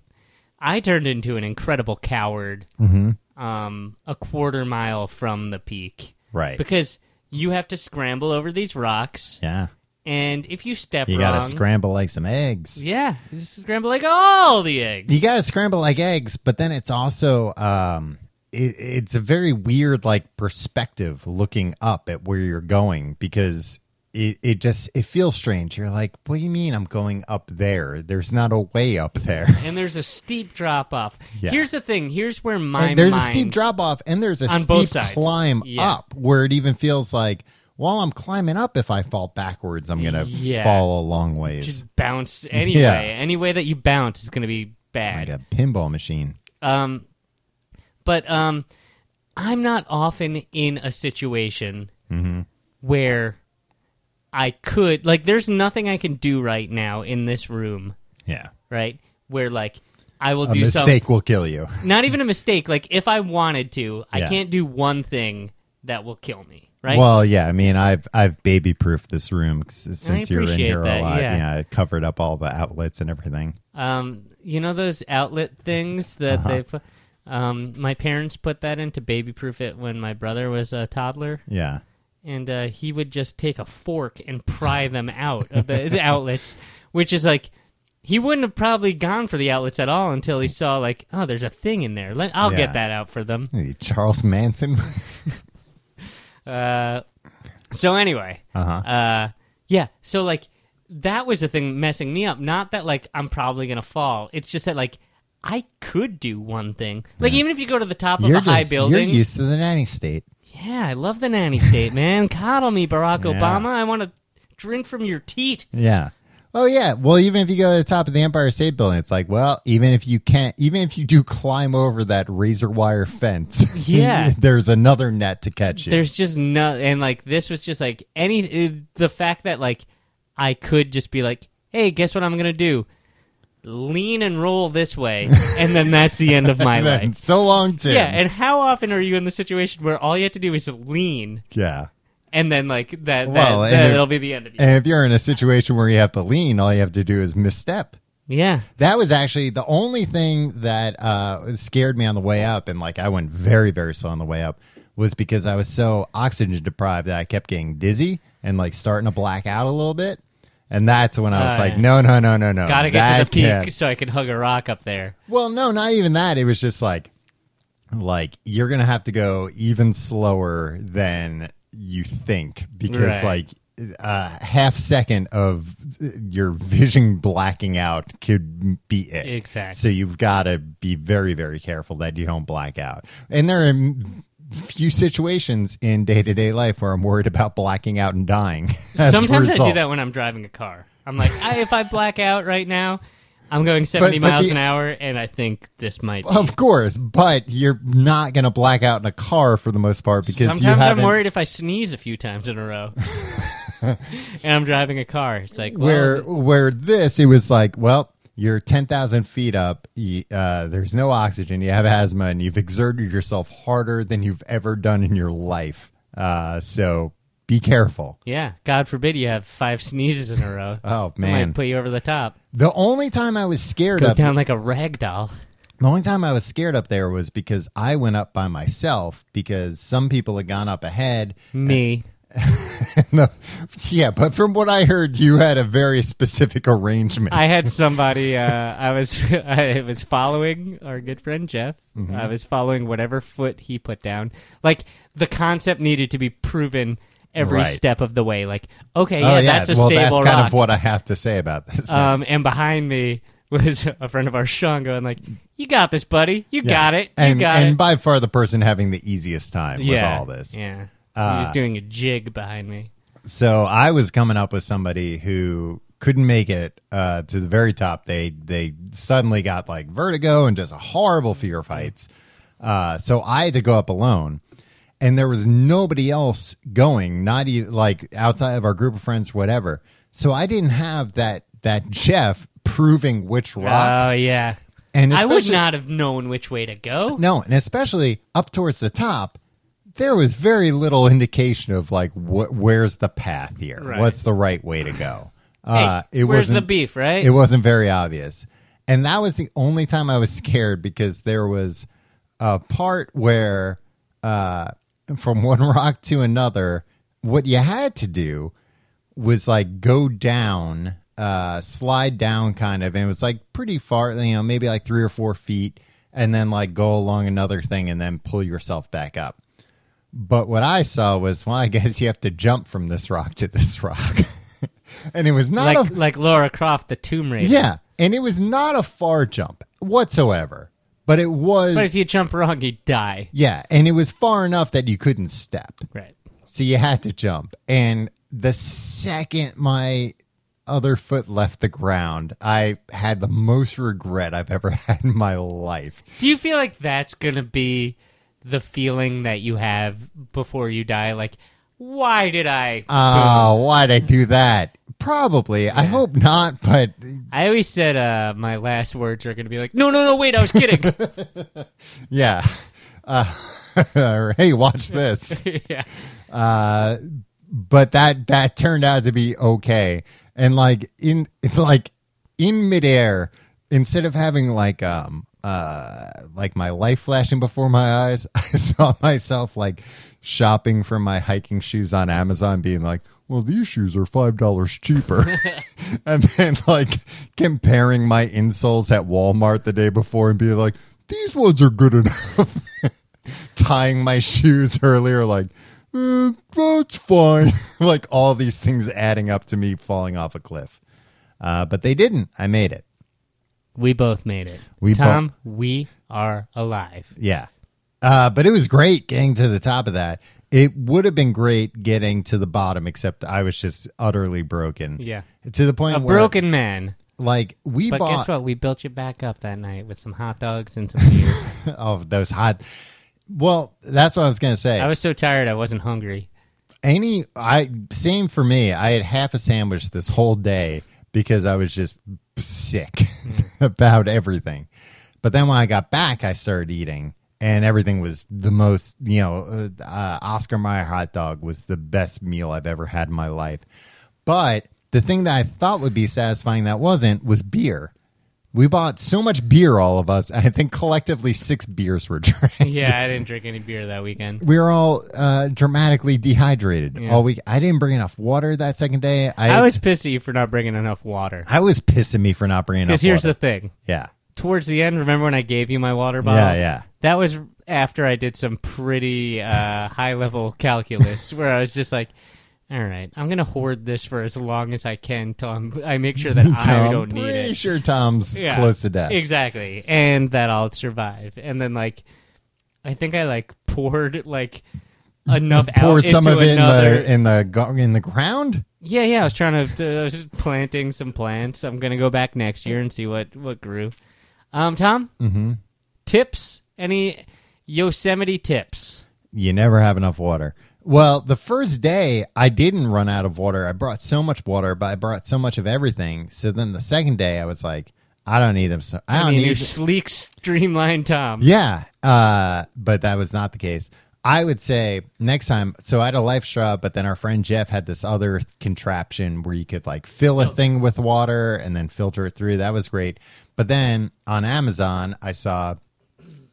Speaker 1: I turned into an incredible coward.
Speaker 2: hmm
Speaker 1: um, a quarter mile from the peak
Speaker 2: Right.
Speaker 1: because you have to scramble over these rocks,
Speaker 2: yeah.
Speaker 1: and if you step
Speaker 2: You
Speaker 1: wrong,
Speaker 2: gotta scramble like some eggs.
Speaker 1: yeah, you scramble like all the eggs.
Speaker 2: You gotta scramble like eggs, but then it's also um, it, it's a very weird like perspective looking up at where you're going because it it just it feels strange. You're like, what do you mean I'm going up there? There's not a way
Speaker 1: [LAUGHS]
Speaker 2: up there.
Speaker 1: And there's a steep drop off.
Speaker 2: Yeah.
Speaker 1: Here's the thing. Here's where my
Speaker 2: And there's
Speaker 1: mind.
Speaker 2: a steep drop off and there's a
Speaker 1: On
Speaker 2: steep
Speaker 1: both sides.
Speaker 2: climb
Speaker 1: Yeah.
Speaker 2: up where it even feels like while I'm climbing up, if I fall backwards, I'm gonna
Speaker 1: Yeah.
Speaker 2: fall a long ways.
Speaker 1: Just bounce anyway.
Speaker 2: [LAUGHS] Yeah.
Speaker 1: Any way that you bounce is going to be bad.
Speaker 2: Like a pinball machine.
Speaker 1: Um, but um, I'm not often in a situation
Speaker 2: Mm-hmm.
Speaker 1: where I could like. There's nothing I can do right now in this room
Speaker 2: Yeah.
Speaker 1: right? Where like I will
Speaker 2: a
Speaker 1: do some
Speaker 2: mistake will kill you.
Speaker 1: not even a mistake. Like if I wanted to, I
Speaker 2: Yeah.
Speaker 1: can't do one thing that will kill me, right?
Speaker 2: Well, yeah. I mean, I've I've baby proofed this room s- since you're in
Speaker 1: appreciate
Speaker 2: here
Speaker 1: that,
Speaker 2: a lot.
Speaker 1: yeah.
Speaker 2: I covered up all the outlets and everything.
Speaker 1: um, you know those outlet things that
Speaker 2: Uh-huh.
Speaker 1: they put. Um, my parents put that in to baby proof it when my brother was a toddler,
Speaker 2: Yeah,
Speaker 1: and uh, he would just take a fork and pry them out of the, the outlets, which is like. He wouldn't have probably gone for the outlets at all until he saw like, oh, there's a thing in there. Let, I'll
Speaker 2: Yeah.
Speaker 1: get that out for them.
Speaker 2: Hey, Charles Manson. [LAUGHS]
Speaker 1: Uh, so anyway,
Speaker 2: uh huh.
Speaker 1: Uh, yeah. So like that was the thing messing me up. Not that like I'm probably gonna fall. It's just that like I could do one thing. Like even if you go to the top
Speaker 2: You're
Speaker 1: of a high
Speaker 2: just-
Speaker 1: building.
Speaker 2: You're used to the nanny state.
Speaker 1: yeah, I love the nanny state, man. Coddle me, Barack
Speaker 2: [LAUGHS] Yeah.
Speaker 1: Obama. I want to drink from your teat.
Speaker 2: Yeah. Oh yeah. Well, even if you go to the top of the Empire State Building, it's like, well, even if you can't, even if you do climb over that razor wire fence, [LAUGHS]
Speaker 1: Yeah.
Speaker 2: there's another net to catch you. [LAUGHS]
Speaker 1: There's just no, and like this was just like any uh, the fact that like I could just be like, hey, guess what I'm gonna do? Lean and roll this
Speaker 2: [LAUGHS]
Speaker 1: way, and then that's the end of my
Speaker 2: And then,
Speaker 1: life.
Speaker 2: so long, Tim.
Speaker 1: Yeah, and how often are you in the situation where all you have to do is lean,
Speaker 2: yeah.
Speaker 1: and then like that, that,
Speaker 2: Well, and
Speaker 1: that
Speaker 2: if-
Speaker 1: it'll be the end of you.
Speaker 2: And if you're in a situation where you have to lean, all you have to do is misstep.
Speaker 1: yeah,
Speaker 2: That was actually the only thing that uh, scared me on the way up, and like I went very, very slow on the way up, was because I was so oxygen deprived that I kept getting dizzy and like starting to black out a little bit. And that's when I was
Speaker 1: Oh,
Speaker 2: like,
Speaker 1: yeah.
Speaker 2: no, no, no, no, no.
Speaker 1: gotta get to
Speaker 2: that
Speaker 1: the peak
Speaker 2: can't-
Speaker 1: so I can hug a rock up there.
Speaker 2: Well, no, not even that. It was just like, like you're gonna have to go even slower than you think because
Speaker 1: Right.
Speaker 2: like a half second of uh, your vision blacking out could be it.
Speaker 1: Exactly.
Speaker 2: So you've got to be very, very careful that you don't black out. And there are m- few situations in day to day life where I'm worried about blacking out and dying. [LAUGHS] as a
Speaker 1: Sometimes I do
Speaker 2: result.
Speaker 1: that when I'm driving a car. I'm like, I, if I black out right now, I'm going 70
Speaker 2: but
Speaker 1: miles
Speaker 2: the-
Speaker 1: an hour, and I think this might. Be.
Speaker 2: Of course, but you're not going to black out in a car for the most part because you
Speaker 1: Sometimes I'm
Speaker 2: haven't.
Speaker 1: worried if I sneeze a few times in a
Speaker 2: [LAUGHS]
Speaker 1: row, and I'm driving a car. It's like, well,
Speaker 2: where where this it was like well you're 10,000 feet up y- uh, there's no oxygen you have asthma and you've exerted yourself harder than you've ever done in your life uh, so be careful
Speaker 1: yeah. God forbid you have five sneezes in a row.
Speaker 2: [LAUGHS] oh
Speaker 1: That
Speaker 2: man
Speaker 1: might put you over the top.
Speaker 2: the only time i was scared
Speaker 1: Go
Speaker 2: up
Speaker 1: down like a rag doll.
Speaker 2: the only time i was scared up there was because i went up by myself because some people had gone up ahead [LAUGHS]
Speaker 1: Me.
Speaker 2: No, yeah but from what i heard you had a very specific arrangement
Speaker 1: I had somebody. Uh, I was [LAUGHS] I was following our good friend Jeff.
Speaker 2: Mm-hmm.
Speaker 1: I was following whatever foot he put down. Like the concept needed to be proven every
Speaker 2: Right.
Speaker 1: step of the way. Like okay, yeah,
Speaker 2: oh yeah
Speaker 1: that's a
Speaker 2: well
Speaker 1: stable
Speaker 2: that's kind
Speaker 1: rock.
Speaker 2: of what i have to say about this
Speaker 1: um, and behind me was a friend of ours, Sean, going like, "You got this, buddy. You
Speaker 2: Yeah.
Speaker 1: got it. You
Speaker 2: and,
Speaker 1: got
Speaker 2: and
Speaker 1: it."
Speaker 2: by far the person having the easiest time
Speaker 1: yeah,
Speaker 2: with all this.
Speaker 1: Yeah, he was
Speaker 2: Uh,
Speaker 1: doing a jig behind me.
Speaker 2: So I was coming up with somebody who couldn't make it uh, to the very top. They they suddenly got like vertigo and just a horrible fear
Speaker 1: Mm-hmm.
Speaker 2: of heights. Uh, so I had to go up alone, and there was nobody else going, not even like outside of our group of friends, whatever. So I didn't have that that Jeff proving which
Speaker 1: Oh
Speaker 2: rocks.
Speaker 1: yeah,
Speaker 2: and
Speaker 1: I would
Speaker 2: especially-
Speaker 1: not have known which way to go.
Speaker 2: No, and especially up towards the top, there was very little indication of like wh- where's the path here,
Speaker 1: Right.
Speaker 2: what's the right way to go.
Speaker 1: Hey,
Speaker 2: Uh, it
Speaker 1: where's the
Speaker 2: wasn't.
Speaker 1: beef, right?
Speaker 2: it wasn't very obvious, and that was the only time I was scared because there was a part where, uh, from one [LAUGHS] rock to another, what you had to do was like go down, uh, slide down kind of, and it was like pretty far, you know, maybe like three or four feet, and then like go along another thing and then pull yourself back up. But what I saw was, well, I [LAUGHS] guess you have to jump from this rock to this rock. [LAUGHS] and it was not
Speaker 1: like
Speaker 2: a
Speaker 1: like Laura Croft, the Tomb Raider.
Speaker 2: yeah, and it was not a far jump whatsoever. But it was
Speaker 1: But if you jump wrong, you die.
Speaker 2: yeah, and it was far enough that you couldn't step.
Speaker 1: Right.
Speaker 2: So you had to jump. And the second my other foot left the ground, I had the most regret I've ever [LAUGHS] had in my life.
Speaker 1: Do you feel like that's gonna be the feeling that you have before you die? Like, why did I?
Speaker 2: Oh, why'd I do that? Probably. I
Speaker 1: Yeah.
Speaker 2: hope not, but
Speaker 1: I always said uh, my last words are gonna be like, no, no, no, wait, I was
Speaker 2: [LAUGHS]
Speaker 1: kidding.
Speaker 2: yeah. [LAUGHS] Uh, or, hey, watch this.
Speaker 1: yeah.
Speaker 2: Uh, but that that turned out to be okay. And like in [LAUGHS] like in midair, instead of having like um uh like my life flashing before my eyes, [LAUGHS] I saw myself like shopping for my hiking shoes on Amazon, being like, "Well, these shoes are five dollars cheaper," [LAUGHS] and then like comparing my insoles at Walmart the day before and being like, "These ones are good enough." Tying my [LAUGHS] shoes earlier, like. "Eh, that's fine. [LAUGHS] like all these things adding up to me falling off a cliff. Uh, but they didn't. I made it.
Speaker 1: We both made it.
Speaker 2: We bo-
Speaker 1: Tom, we are alive.
Speaker 2: Yeah. Uh, but it was great getting to the top of that. It would have been great getting to the bottom, except I was just utterly broken
Speaker 1: Yeah.
Speaker 2: to the point
Speaker 1: A
Speaker 2: where,
Speaker 1: broken man.
Speaker 2: like, we
Speaker 1: But
Speaker 2: bought
Speaker 1: guess what? We built you back up that night with some hot dogs and some beer.
Speaker 2: [LAUGHS] oh those hot. Well, that's what I was gonna say.
Speaker 1: I was so tired I wasn't hungry. [LAUGHS]
Speaker 2: any i same for me i had half a sandwich this whole day because i was just sick [LAUGHS] about everything but then when i got back i started eating and everything was the most you know uh, uh, oscar mayer hot dog was the best meal i've ever had in my life but the thing that i thought would be satisfying that wasn't was beer we bought so much beer all of us [LAUGHS] i think collectively six beers were drank
Speaker 1: Yeah, I didn't drink any beer that weekend.
Speaker 2: we were all uh, dramatically dehydrated
Speaker 1: Yeah.
Speaker 2: all week. I didn't bring enough water that second day. I,
Speaker 1: I was pissed at you for not bringing enough water.
Speaker 2: I was pissing me for not bringing enough.
Speaker 1: Because here's
Speaker 2: water.
Speaker 1: the thing.
Speaker 2: yeah
Speaker 1: Towards the end, remember when I gave you my water bottle?
Speaker 2: yeah yeah
Speaker 1: That was after I did some pretty uh, high level
Speaker 2: [LAUGHS]
Speaker 1: calculus where I was just like, all right, I'm going to hoard this for as long as I can till I'm, I make sure that I
Speaker 2: Tom,
Speaker 1: don't need
Speaker 2: pretty
Speaker 1: it.
Speaker 2: sure Tom's
Speaker 1: Yeah.
Speaker 2: close to death.
Speaker 1: Exactly. And that I'll survive. And then, like, I think I, like, poured, like, enough
Speaker 2: Poured
Speaker 1: out
Speaker 2: some
Speaker 1: into
Speaker 2: of it
Speaker 1: another.
Speaker 2: in the in the go- in the ground.
Speaker 1: Yeah, yeah. I was trying to. I was just planting some plants. I'm gonna go back next year and see what what grew. Um, Tom,
Speaker 2: hmm
Speaker 1: tips? Any Yosemite tips?
Speaker 2: You never have enough water. Well, the first day I didn't run out of water. I brought so much water, but I brought so much of everything. So then the second day I was like, I don't need them. So I don't
Speaker 1: mean,
Speaker 2: need
Speaker 1: you sleek, streamlined Tom.
Speaker 2: Yeah, uh, but that was not the case. I would say next time. So I had a life straw, but then our friend Jeff had this other contraption where you could like fill
Speaker 1: Oh.
Speaker 2: a thing with water and then filter it through. That was great. But then on Amazon, I saw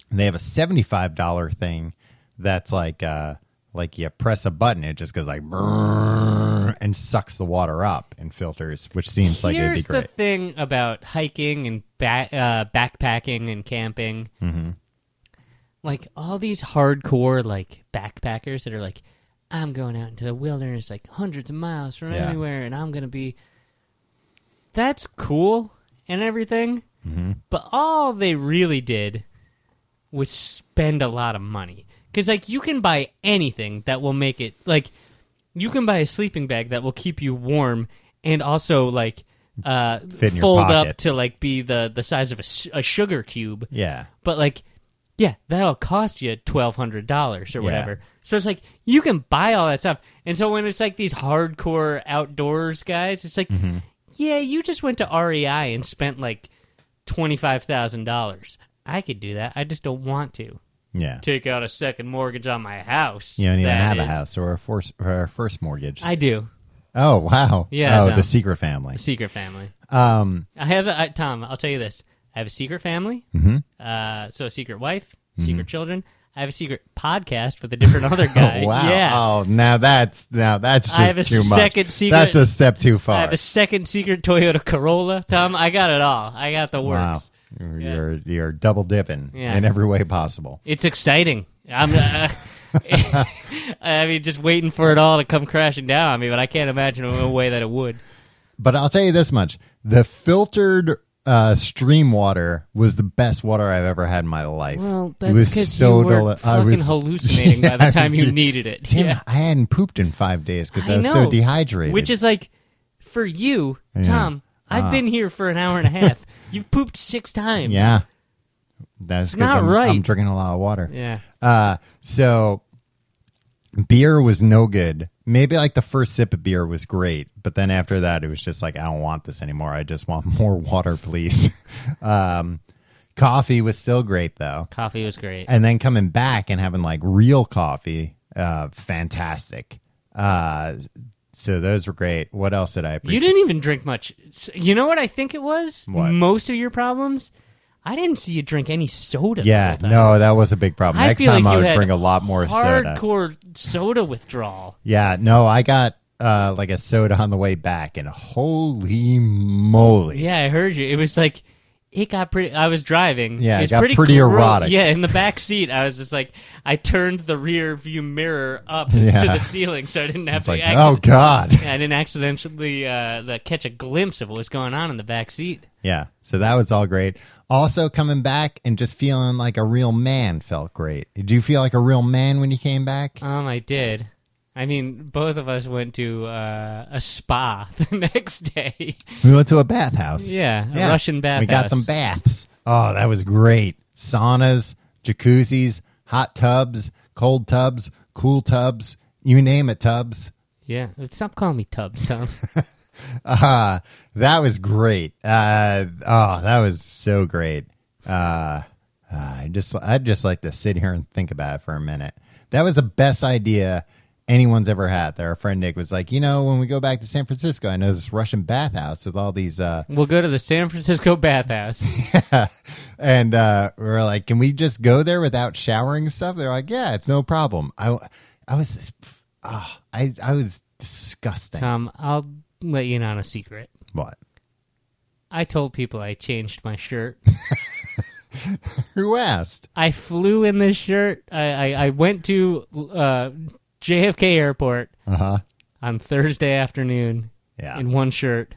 Speaker 2: they have a seventy-five dollar thing that's like uh, like you press a button, it just goes like brrrr and sucks the water up and filters, which seems like it'd
Speaker 1: Here's
Speaker 2: be
Speaker 1: the
Speaker 2: great.
Speaker 1: thing about hiking and ba- uh, backpacking and camping.
Speaker 2: hmm
Speaker 1: Like all these hardcore like backpackers that are like, I'm going out into the wilderness, like hundreds of miles from
Speaker 2: Yeah.
Speaker 1: anywhere, and I'm gonna be. That's cool and everything,
Speaker 2: hmm
Speaker 1: But all they really did was spend a lot of money. Because, like, you can buy anything that will make it, like, you can buy a sleeping bag that will keep you warm and also, like, uh,
Speaker 2: Fit in your
Speaker 1: fold
Speaker 2: pocket.
Speaker 1: up to, like, be the, the size of a, s- a sugar cube.
Speaker 2: Yeah.
Speaker 1: But, like, yeah, that'll cost you $1,200 or
Speaker 2: Yeah.
Speaker 1: whatever. So it's like, you can buy all that stuff. And so when it's, like, these hardcore outdoors guys, it's like,
Speaker 2: hmm
Speaker 1: yeah, you just went to REI and spent like $25,000. I could do that. I just don't want to.
Speaker 2: Yeah.
Speaker 1: Take out a second mortgage on my house.
Speaker 2: You don't even
Speaker 1: that
Speaker 2: have a
Speaker 1: is-
Speaker 2: house or a, first or a first mortgage.
Speaker 1: I do.
Speaker 2: oh wow!
Speaker 1: Yeah,
Speaker 2: Oh,
Speaker 1: Tom.
Speaker 2: the secret family.
Speaker 1: A secret family.
Speaker 2: Um.
Speaker 1: I have a, I, Tom, I'll tell you this. I have a secret family.
Speaker 2: mhm.
Speaker 1: Uh, so a secret wife,
Speaker 2: Mm-hmm.
Speaker 1: secret children. I have a secret podcast with a different
Speaker 2: [LAUGHS]
Speaker 1: other guy.
Speaker 2: Oh wow!
Speaker 1: Uh, Yeah.
Speaker 2: Oh, now that's now that's just
Speaker 1: I have a
Speaker 2: too
Speaker 1: second
Speaker 2: much.
Speaker 1: secret-
Speaker 2: That's a step too far.
Speaker 1: I have a second secret Toyota Corolla. Tom, I got it all. I got the works.
Speaker 2: wow. You're,
Speaker 1: Yeah.
Speaker 2: you're you're double dipping
Speaker 1: Yeah.
Speaker 2: in every way possible.
Speaker 1: It's exciting. I'm. Uh, [LAUGHS] I mean, just waiting for it all to come crashing down on me, but I can't imagine a way that it would.
Speaker 2: But I'll tell you this much: the filtered uh, stream water was the best water I've ever had in my life.
Speaker 1: Well,
Speaker 2: It was
Speaker 1: that's because
Speaker 2: so
Speaker 1: you were
Speaker 2: deli- I
Speaker 1: fucking
Speaker 2: [LAUGHS] was-
Speaker 1: hallucinating
Speaker 2: Yeah,
Speaker 1: by
Speaker 2: I
Speaker 1: the time
Speaker 2: was
Speaker 1: you
Speaker 2: de-
Speaker 1: needed it.
Speaker 2: Tim,
Speaker 1: yeah,
Speaker 2: I hadn't pooped in five days because
Speaker 1: I
Speaker 2: I, was
Speaker 1: know.
Speaker 2: so dehydrated.
Speaker 1: which is like, for you,
Speaker 2: Yeah.
Speaker 1: Tom, I've
Speaker 2: Ah.
Speaker 1: been here for an hour and a half.
Speaker 2: [LAUGHS]
Speaker 1: You've pooped six times.
Speaker 2: yeah, that's 'cause
Speaker 1: not
Speaker 2: I'm, I'm
Speaker 1: right.
Speaker 2: drinking a lot of water.
Speaker 1: yeah.
Speaker 2: Uh, so beer was no good. Maybe like the first sip of beer was great, but then after that, it was just like, I don't want this anymore. I just want [LAUGHS] more water, please. [LAUGHS] um, coffee was still great though.
Speaker 1: Coffee was great.
Speaker 2: And then coming back and having like real coffee, uh, fantastic. Uh, so those were great. What else did I
Speaker 1: You
Speaker 2: appreciate?
Speaker 1: didn't even drink much. S- You know what I think it was?
Speaker 2: What?
Speaker 1: Most of your problems. I didn't see you drink any soda. the
Speaker 2: yeah,
Speaker 1: whole time.
Speaker 2: no, that was a big problem.
Speaker 1: I
Speaker 2: Next
Speaker 1: feel
Speaker 2: time
Speaker 1: like
Speaker 2: I
Speaker 1: you
Speaker 2: would
Speaker 1: had
Speaker 2: bring a lot more soda.
Speaker 1: hardcore soda withdrawal.
Speaker 2: Yeah, no, I got uh, like a soda on the way back, and holy moly,
Speaker 1: Yeah, I heard you. It was like it got pretty. I was driving.
Speaker 2: Yeah, it
Speaker 1: It's
Speaker 2: got pretty
Speaker 1: gro-
Speaker 2: erotic.
Speaker 1: Yeah, in the back seat, I was just like, I turned the rear view mirror up to
Speaker 2: [LAUGHS] Yeah.
Speaker 1: the ceiling, so I didn't have
Speaker 2: It's
Speaker 1: to.
Speaker 2: like,
Speaker 1: acci-
Speaker 2: oh god. [LAUGHS]
Speaker 1: I didn't accidentally uh, the, catch a glimpse of what was going on in the back seat.
Speaker 2: Yeah. So that was all great. Also coming back and just feeling like a real man felt great. Did you feel like a real man when you came back?
Speaker 1: Um, I did. I mean, both of us went to uh, a spa [LAUGHS] the next day.
Speaker 2: We went to a bathhouse.
Speaker 1: yeah, a
Speaker 2: Yeah.
Speaker 1: Russian bathhouse.
Speaker 2: We got some baths. Oh, that was great. Saunas, jacuzzis, hot tubs, cold tubs, cool tubs, you name it, tubs.
Speaker 1: yeah, stop calling me tubs, Tom. [LAUGHS]
Speaker 2: Uh, [LAUGHS] that was great. Uh, oh, that was so great. Uh, I just I'd just like to sit here and think about it for a minute. That was the best idea anyone's ever had. That our friend Nick was like, you know, when we go back to San Francisco, I know this Russian bathhouse with all these uh, [LAUGHS]
Speaker 1: we'll go to the San Francisco bathhouse.
Speaker 2: and uh, we were like, "Can we just go there without showering and stuff?" They're like, "Yeah, it's no problem." I, I was, ah, I, I was disgusting.
Speaker 1: Tom, I'll let you in on a secret.
Speaker 2: What?
Speaker 1: I told people I changed my shirt.
Speaker 2: Who asked?
Speaker 1: I flew in this shirt. I, I, I went to uh, JFK Airport
Speaker 2: Uh huh.
Speaker 1: on Thursday afternoon
Speaker 2: Yeah.
Speaker 1: in one shirt.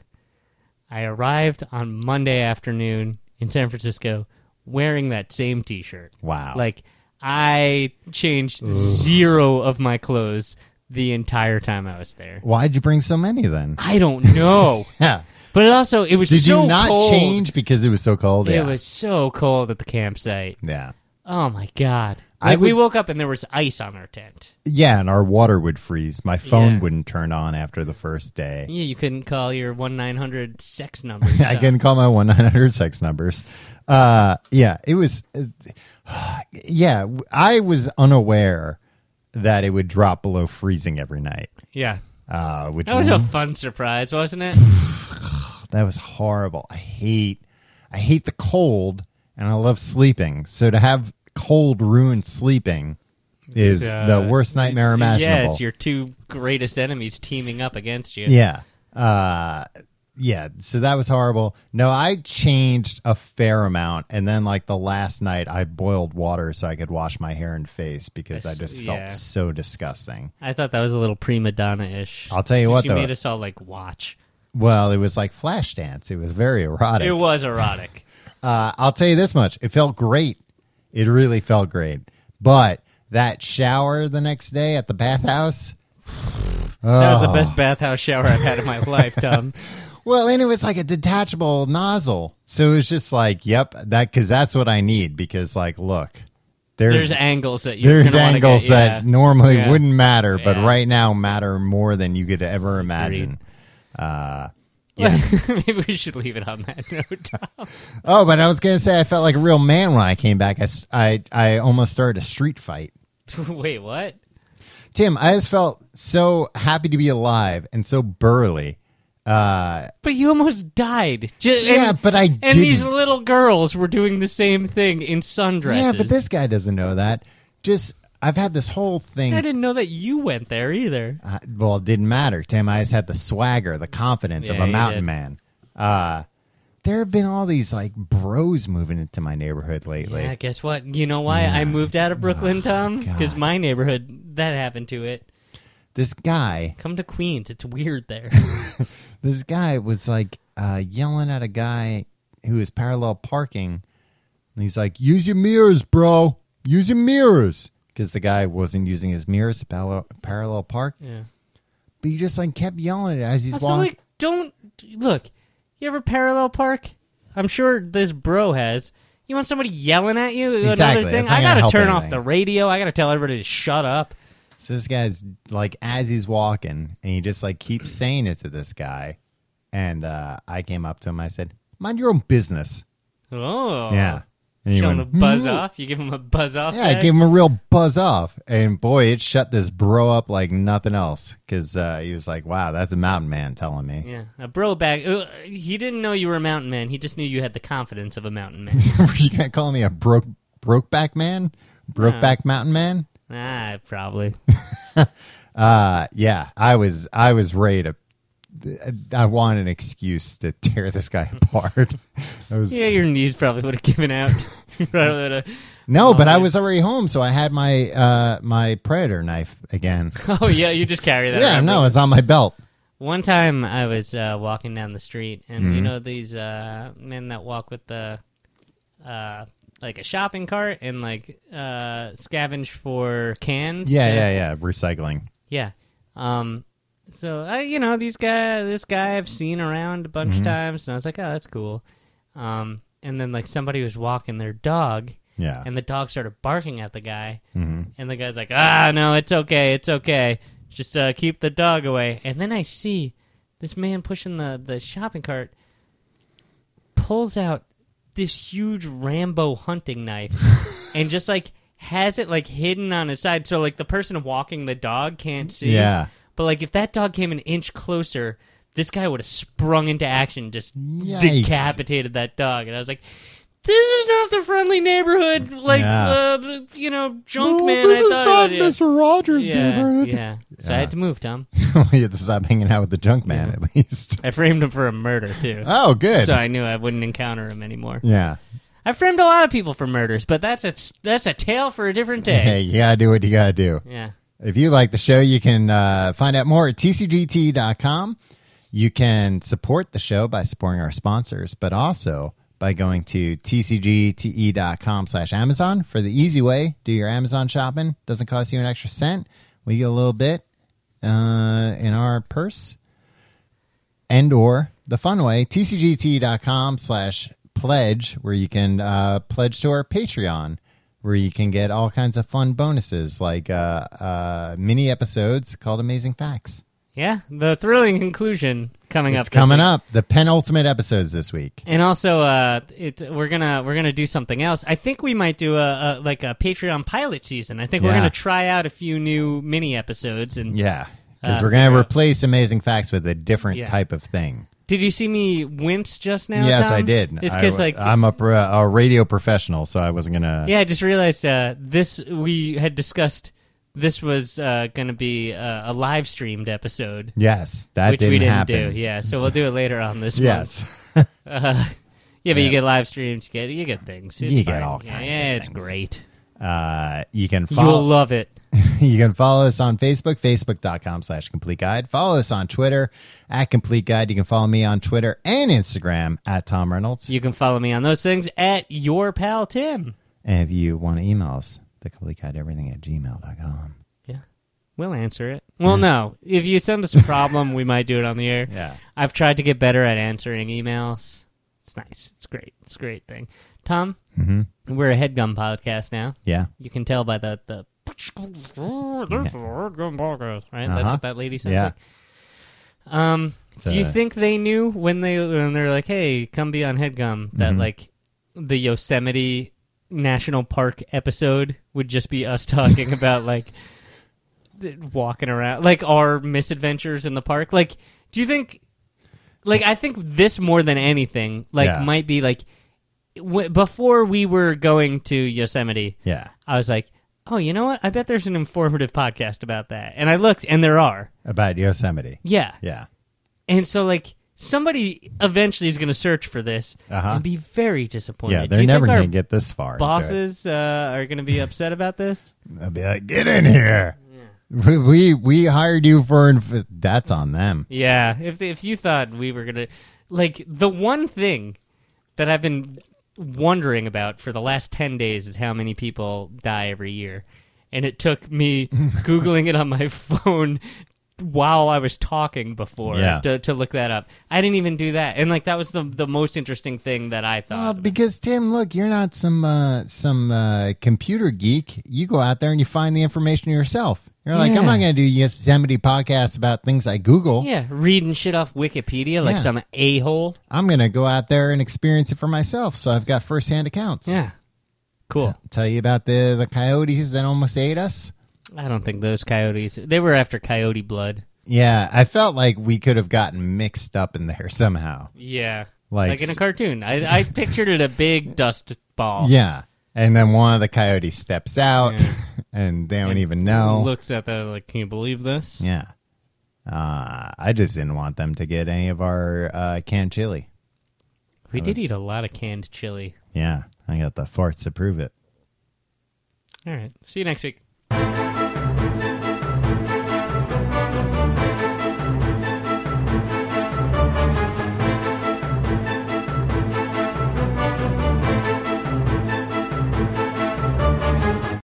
Speaker 1: I arrived on Monday afternoon in San Francisco wearing that same t shirt.
Speaker 2: wow.
Speaker 1: Like, I changed zero of my clothes the entire time I was there.
Speaker 2: why'd you bring so many then? [LAUGHS]
Speaker 1: I don't [LAUGHS] know.
Speaker 2: Yeah.
Speaker 1: but it also, it was
Speaker 2: Did
Speaker 1: so
Speaker 2: you not
Speaker 1: cold.
Speaker 2: change because it was so cold? yeah.
Speaker 1: It was so cold at the campsite.
Speaker 2: yeah.
Speaker 1: Oh my god!
Speaker 2: I
Speaker 1: Like, we
Speaker 2: would-
Speaker 1: woke up and there was ice on our tent.
Speaker 2: Yeah, and our water would freeze. My phone
Speaker 1: Yeah.
Speaker 2: wouldn't turn on after the first day.
Speaker 1: Yeah, you couldn't call your one nine hundred [LAUGHS] sex number. and
Speaker 2: I
Speaker 1: stuff.
Speaker 2: couldn't call my one nine hundred sex numbers. Uh, yeah, it was. [SIGHS] yeah, w- I was unaware that it would drop below freezing every night.
Speaker 1: Yeah,
Speaker 2: Uh, which
Speaker 1: that was a
Speaker 2: was-
Speaker 1: fun surprise, wasn't it?
Speaker 2: that was horrible. I hate, I hate the cold, and I love sleeping. So to have cold ruin sleeping is
Speaker 1: It's,
Speaker 2: the
Speaker 1: uh,
Speaker 2: worst
Speaker 1: it's-
Speaker 2: nightmare imaginable.
Speaker 1: Yeah, it's your two greatest enemies teaming up against you.
Speaker 2: Yeah. Uh yeah, so that was horrible. No, I changed a fair amount and then like the last night I boiled water so I could wash my hair and face because I
Speaker 1: That's-
Speaker 2: just
Speaker 1: yeah.
Speaker 2: felt so disgusting.
Speaker 1: I thought that was a little prima donna ish.
Speaker 2: I'll tell you what
Speaker 1: She
Speaker 2: though.
Speaker 1: made us all like watch.
Speaker 2: well, it was like flash dance. It was very erotic.
Speaker 1: It was
Speaker 2: [LAUGHS]
Speaker 1: erotic.
Speaker 2: Uh, I'll tell you this much: it felt great. It really felt great. But that shower the next day at the bathhouse.
Speaker 1: [SIGHS] That was the
Speaker 2: oh.
Speaker 1: best bathhouse shower I've had in
Speaker 2: [LAUGHS]
Speaker 1: my life, Tom.
Speaker 2: [SIGHS] Well, and it was like a detachable nozzle, so it was just like, "Yep, that because that's what I need." Because, like, look, there's
Speaker 1: There's
Speaker 2: there's,
Speaker 1: angles that you're gonna wanna
Speaker 2: angles
Speaker 1: get, yeah. [LAUGHS]
Speaker 2: that normally
Speaker 1: Yeah.
Speaker 2: wouldn't matter, but
Speaker 1: Yeah.
Speaker 2: right now matter more than you could ever imagine. Uh, yeah.
Speaker 1: Maybe we should leave it on that [LAUGHS] note. Tom.
Speaker 2: oh, but I was gonna say, I felt like a real man when I came back. I s- I, I almost started a street fight.
Speaker 1: [LAUGHS] Wait, what?
Speaker 2: Tim, I just felt so happy to be alive and so burly. Uh,
Speaker 1: But you almost died. Ju-
Speaker 2: yeah,
Speaker 1: and,
Speaker 2: but I
Speaker 1: and
Speaker 2: didn't.
Speaker 1: these little girls were doing the same thing in sundresses.
Speaker 2: yeah, but this guy doesn't know that. Just I've had this whole thing.
Speaker 1: I didn't know that you went there either.
Speaker 2: I- well, it didn't matter, Tim. I just had the swagger, the confidence of
Speaker 1: Yeah,
Speaker 2: a
Speaker 1: you
Speaker 2: mountain
Speaker 1: did.
Speaker 2: man. Uh, there have been all these like bros moving into my neighborhood lately.
Speaker 1: Yeah, guess what? You know why I moved out of Brooklyn, Tom? Because
Speaker 2: Oh, God.
Speaker 1: my neighborhood, that happened to it.
Speaker 2: This guy,
Speaker 1: Come to Queens. It's weird
Speaker 2: [LAUGHS]
Speaker 1: there.
Speaker 2: this guy was like uh, yelling at a guy who was parallel parking, and he's like, "Use your mirrors, bro. Use your mirrors," because the guy wasn't using his mirrors to parallel, parallel park.
Speaker 1: yeah.
Speaker 2: But he just like kept yelling at it as he's
Speaker 1: Also,
Speaker 2: walking.
Speaker 1: like, don't. Look, you ever parallel park? I'm sure this bro has. You want somebody yelling at you?
Speaker 2: Exactly.
Speaker 1: Another
Speaker 2: That's
Speaker 1: thing?
Speaker 2: not
Speaker 1: I
Speaker 2: gonna
Speaker 1: gotta
Speaker 2: help
Speaker 1: turn off
Speaker 2: anything.
Speaker 1: the radio. I gotta tell everybody to shut up.
Speaker 2: So this guy's like as he's walking, and he just like keeps saying it to this guy. And uh, I came up to him. I said, "Mind your own business."
Speaker 1: Oh.
Speaker 2: Yeah. And he
Speaker 1: Show him a
Speaker 2: went,
Speaker 1: buzz
Speaker 2: "Hmm."
Speaker 1: off. You give him a buzz off.
Speaker 2: Yeah, I
Speaker 1: tag?
Speaker 2: gave him a real buzz off, and boy, it shut this bro up like nothing else. Because uh, he was like, "Wow, that's a mountain man telling me."
Speaker 1: Yeah, a bro bag. uh, He didn't know you were a mountain man. He just knew you had the confidence of a mountain
Speaker 2: [LAUGHS]
Speaker 1: man.
Speaker 2: Were you gonna call me a broke broke back man, broke
Speaker 1: No.
Speaker 2: back mountain man?
Speaker 1: ah, probably.
Speaker 2: Uh, yeah, I was I was ready to I want an excuse to [LAUGHS] tear this guy apart. [LAUGHS] I was,
Speaker 1: Yeah, your knees probably would have given
Speaker 2: [LAUGHS]
Speaker 1: out. Rather than a-
Speaker 2: no, but I
Speaker 1: Fine.
Speaker 2: was already home, so I had my uh, my predator knife again.
Speaker 1: [LAUGHS] oh yeah, you just carry that.
Speaker 2: [LAUGHS] yeah,
Speaker 1: around.
Speaker 2: no, it's on my belt.
Speaker 1: One time I was uh, walking down the street, and you
Speaker 2: Mhm.
Speaker 1: know these uh, men that walk with the uh, like a shopping cart and like uh, scavenge for cans.
Speaker 2: Yeah,
Speaker 1: to-
Speaker 2: yeah, yeah. Recycling.
Speaker 1: yeah. Um, so I, you know, these guy, this guy I've seen around a bunch
Speaker 2: Mhm.
Speaker 1: of times, and I was like, oh, that's cool. Um, and then like somebody was walking their dog,
Speaker 2: Yeah.
Speaker 1: and the dog started barking at the guy,
Speaker 2: hmm
Speaker 1: and the guy's like, ah, no, it's okay, it's okay, just uh, keep the dog away. And then I see this man pushing the the shopping cart pulls out this huge Rambo hunting knife and just like has it like hidden on his side so like the person walking the dog can't see
Speaker 2: Yeah.
Speaker 1: but like if that dog came an inch closer, this guy would have sprung into action, just
Speaker 2: Yikes.
Speaker 1: decapitated that dog. And I was like, this is not the friendly neighborhood, like
Speaker 2: Yeah.
Speaker 1: uh, you know, junk
Speaker 2: Oh,
Speaker 1: man.
Speaker 2: This
Speaker 1: I
Speaker 2: is
Speaker 1: thought
Speaker 2: not
Speaker 1: it was-
Speaker 2: Mr. Rogers'
Speaker 1: yeah,
Speaker 2: neighborhood.
Speaker 1: yeah. So I
Speaker 2: Yeah.
Speaker 1: had to move, Tom.
Speaker 2: [LAUGHS] well, you have to stop hanging out with the junk man at least.
Speaker 1: I framed him for a murder too,
Speaker 2: Oh, good.
Speaker 1: so I knew I wouldn't encounter him anymore.
Speaker 2: Yeah.
Speaker 1: I framed a lot of people for murders, but that's a that's a tale for a different
Speaker 2: Hey,
Speaker 1: day.
Speaker 2: you gotta do what you gotta do.
Speaker 1: Yeah.
Speaker 2: If you like the show, you can uh, find out more at tcgt.com. You can support the show by supporting our sponsors, but also by going to tcgte.com E slash Amazon for the easy way. Do your Amazon shopping. Doesn't cost you an extra cent. We get a little bit uh, in our purse. And or the fun way, tcgt.com slash pledge, where you can uh, pledge to our Patreon where you can get all kinds of fun bonuses like uh, uh, mini episodes called Amazing Facts.
Speaker 1: Yeah, the thrilling conclusion coming up.
Speaker 2: It's
Speaker 1: this
Speaker 2: coming
Speaker 1: week.
Speaker 2: up, the penultimate episodes this week.
Speaker 1: And also, uh, it we're gonna we're gonna do something else. I think we might do a, a like a Patreon pilot season. I think we're
Speaker 2: Yeah.
Speaker 1: gonna try out a few new mini episodes. And
Speaker 2: Yeah. Because
Speaker 1: Uh,
Speaker 2: we're going
Speaker 1: figure
Speaker 2: to
Speaker 1: out-
Speaker 2: replace Amazing Facts with a different
Speaker 1: Yeah.
Speaker 2: type of thing.
Speaker 1: did you see me wince just now?
Speaker 2: yes,
Speaker 1: Tom?
Speaker 2: I did.
Speaker 1: It's
Speaker 2: I
Speaker 1: because like
Speaker 2: w- I'm a, pr- a radio professional, so I wasn't going to.
Speaker 1: yeah, I just realized uh, this we had discussed this was uh, gonna be uh, a live streamed episode,
Speaker 2: Yes, that
Speaker 1: which
Speaker 2: didn't,
Speaker 1: we didn't
Speaker 2: happen.
Speaker 1: do. Yeah, so we'll do it later on this
Speaker 2: [LAUGHS] Yes.
Speaker 1: month. Uh, yeah, but
Speaker 2: Yeah.
Speaker 1: you get live streams, you get you get things. It's
Speaker 2: You get
Speaker 1: fine.
Speaker 2: all
Speaker 1: Yeah,
Speaker 2: kinds of
Speaker 1: yeah, it's
Speaker 2: things.
Speaker 1: great.
Speaker 2: Uh, you can
Speaker 1: You'll
Speaker 2: follow.
Speaker 1: love it.
Speaker 2: [LAUGHS] you can follow us on Facebook, facebook.com slash complete guide. Follow us on Twitter at complete guide. You can follow me on Twitter and Instagram at Tom Reynolds.
Speaker 1: You can follow me on those things at your pal Tim.
Speaker 2: And if you want to email us, the complete guide everything at gmail.com.
Speaker 1: We'll answer it. Well, no. If you send us a problem, we might do it on the air.
Speaker 2: Yeah.
Speaker 1: I've tried to get better at answering emails. It's nice. It's great. It's a great thing. Tom,
Speaker 2: Mm-hmm.
Speaker 1: we're a headgum podcast now.
Speaker 2: Yeah.
Speaker 1: You can tell by the the. [LAUGHS] This is a headgum podcast, right? That's
Speaker 2: Uh-huh.
Speaker 1: what that lady sounds
Speaker 2: Yeah.
Speaker 1: like. Um,
Speaker 2: It's
Speaker 1: do you
Speaker 2: a-
Speaker 1: think they knew when they when they're like, "Hey, come be on Headgum," that
Speaker 2: Mhm.
Speaker 1: like the Yosemite National Park episode would just be us [LAUGHS] talking about like th- walking around, like our misadventures in the park? Like, do you think? Like, I think this more than anything, like,
Speaker 2: Yeah.
Speaker 1: might be like w- before we were going to Yosemite,
Speaker 2: Yeah.
Speaker 1: I was like, "Oh, you know what? I bet there's an informative podcast about that." And I looked, and there are.
Speaker 2: About Yosemite.
Speaker 1: Yeah.
Speaker 2: Yeah.
Speaker 1: And so, like, somebody eventually is going to search for this
Speaker 2: Uh huh.
Speaker 1: and be very disappointed.
Speaker 2: Yeah.
Speaker 1: Do
Speaker 2: They're
Speaker 1: you
Speaker 2: never
Speaker 1: think
Speaker 2: going
Speaker 1: our
Speaker 2: to get this far. into it.
Speaker 1: bosses uh, are going to be upset about this?
Speaker 2: They'll be like, get in here. We, we we hired you for inf- that's on them.
Speaker 1: Yeah. If if you thought we were going to, like, the one thing that I've been wondering about for the last ten days is how many people die every year, and it took
Speaker 2: [LAUGHS]
Speaker 1: me googling it on my phone. While I was talking before
Speaker 2: Yeah.
Speaker 1: to, to look that up, I didn't even do that, and like that was the the most interesting thing that I thought.
Speaker 2: Well,
Speaker 1: about.
Speaker 2: because Tim, look, you're not some uh, some uh, computer geek. You go out there and you find the information yourself. You're like,
Speaker 1: Yeah.
Speaker 2: I'm not going to do Yosemite podcasts about things I Google.
Speaker 1: Yeah, reading shit off Wikipedia like
Speaker 2: Yeah.
Speaker 1: some a hole.
Speaker 2: I'm going to go out there and experience it for myself. So I've got firsthand accounts.
Speaker 1: Yeah, cool.
Speaker 2: Tell you about the the coyotes that almost ate us.
Speaker 1: I don't think those coyotes. They were after coyote blood.
Speaker 2: Yeah, I felt like we could have gotten mixed up in there somehow.
Speaker 1: Yeah,
Speaker 2: Like,
Speaker 1: like in a cartoon. I I pictured it a
Speaker 2: [LAUGHS]
Speaker 1: big dust ball.
Speaker 2: yeah, and then one of the coyotes steps out,
Speaker 1: Oh. Yeah.
Speaker 2: [LAUGHS] and they don't
Speaker 1: And
Speaker 2: even know.
Speaker 1: Looks at that like, can you believe this?
Speaker 2: yeah, Uh, I just didn't want them to get any of our uh, canned chili.
Speaker 1: We
Speaker 2: That
Speaker 1: did
Speaker 2: was-
Speaker 1: eat a lot of canned chili.
Speaker 2: Yeah, I got the farts to prove it.
Speaker 1: All right. See you next week.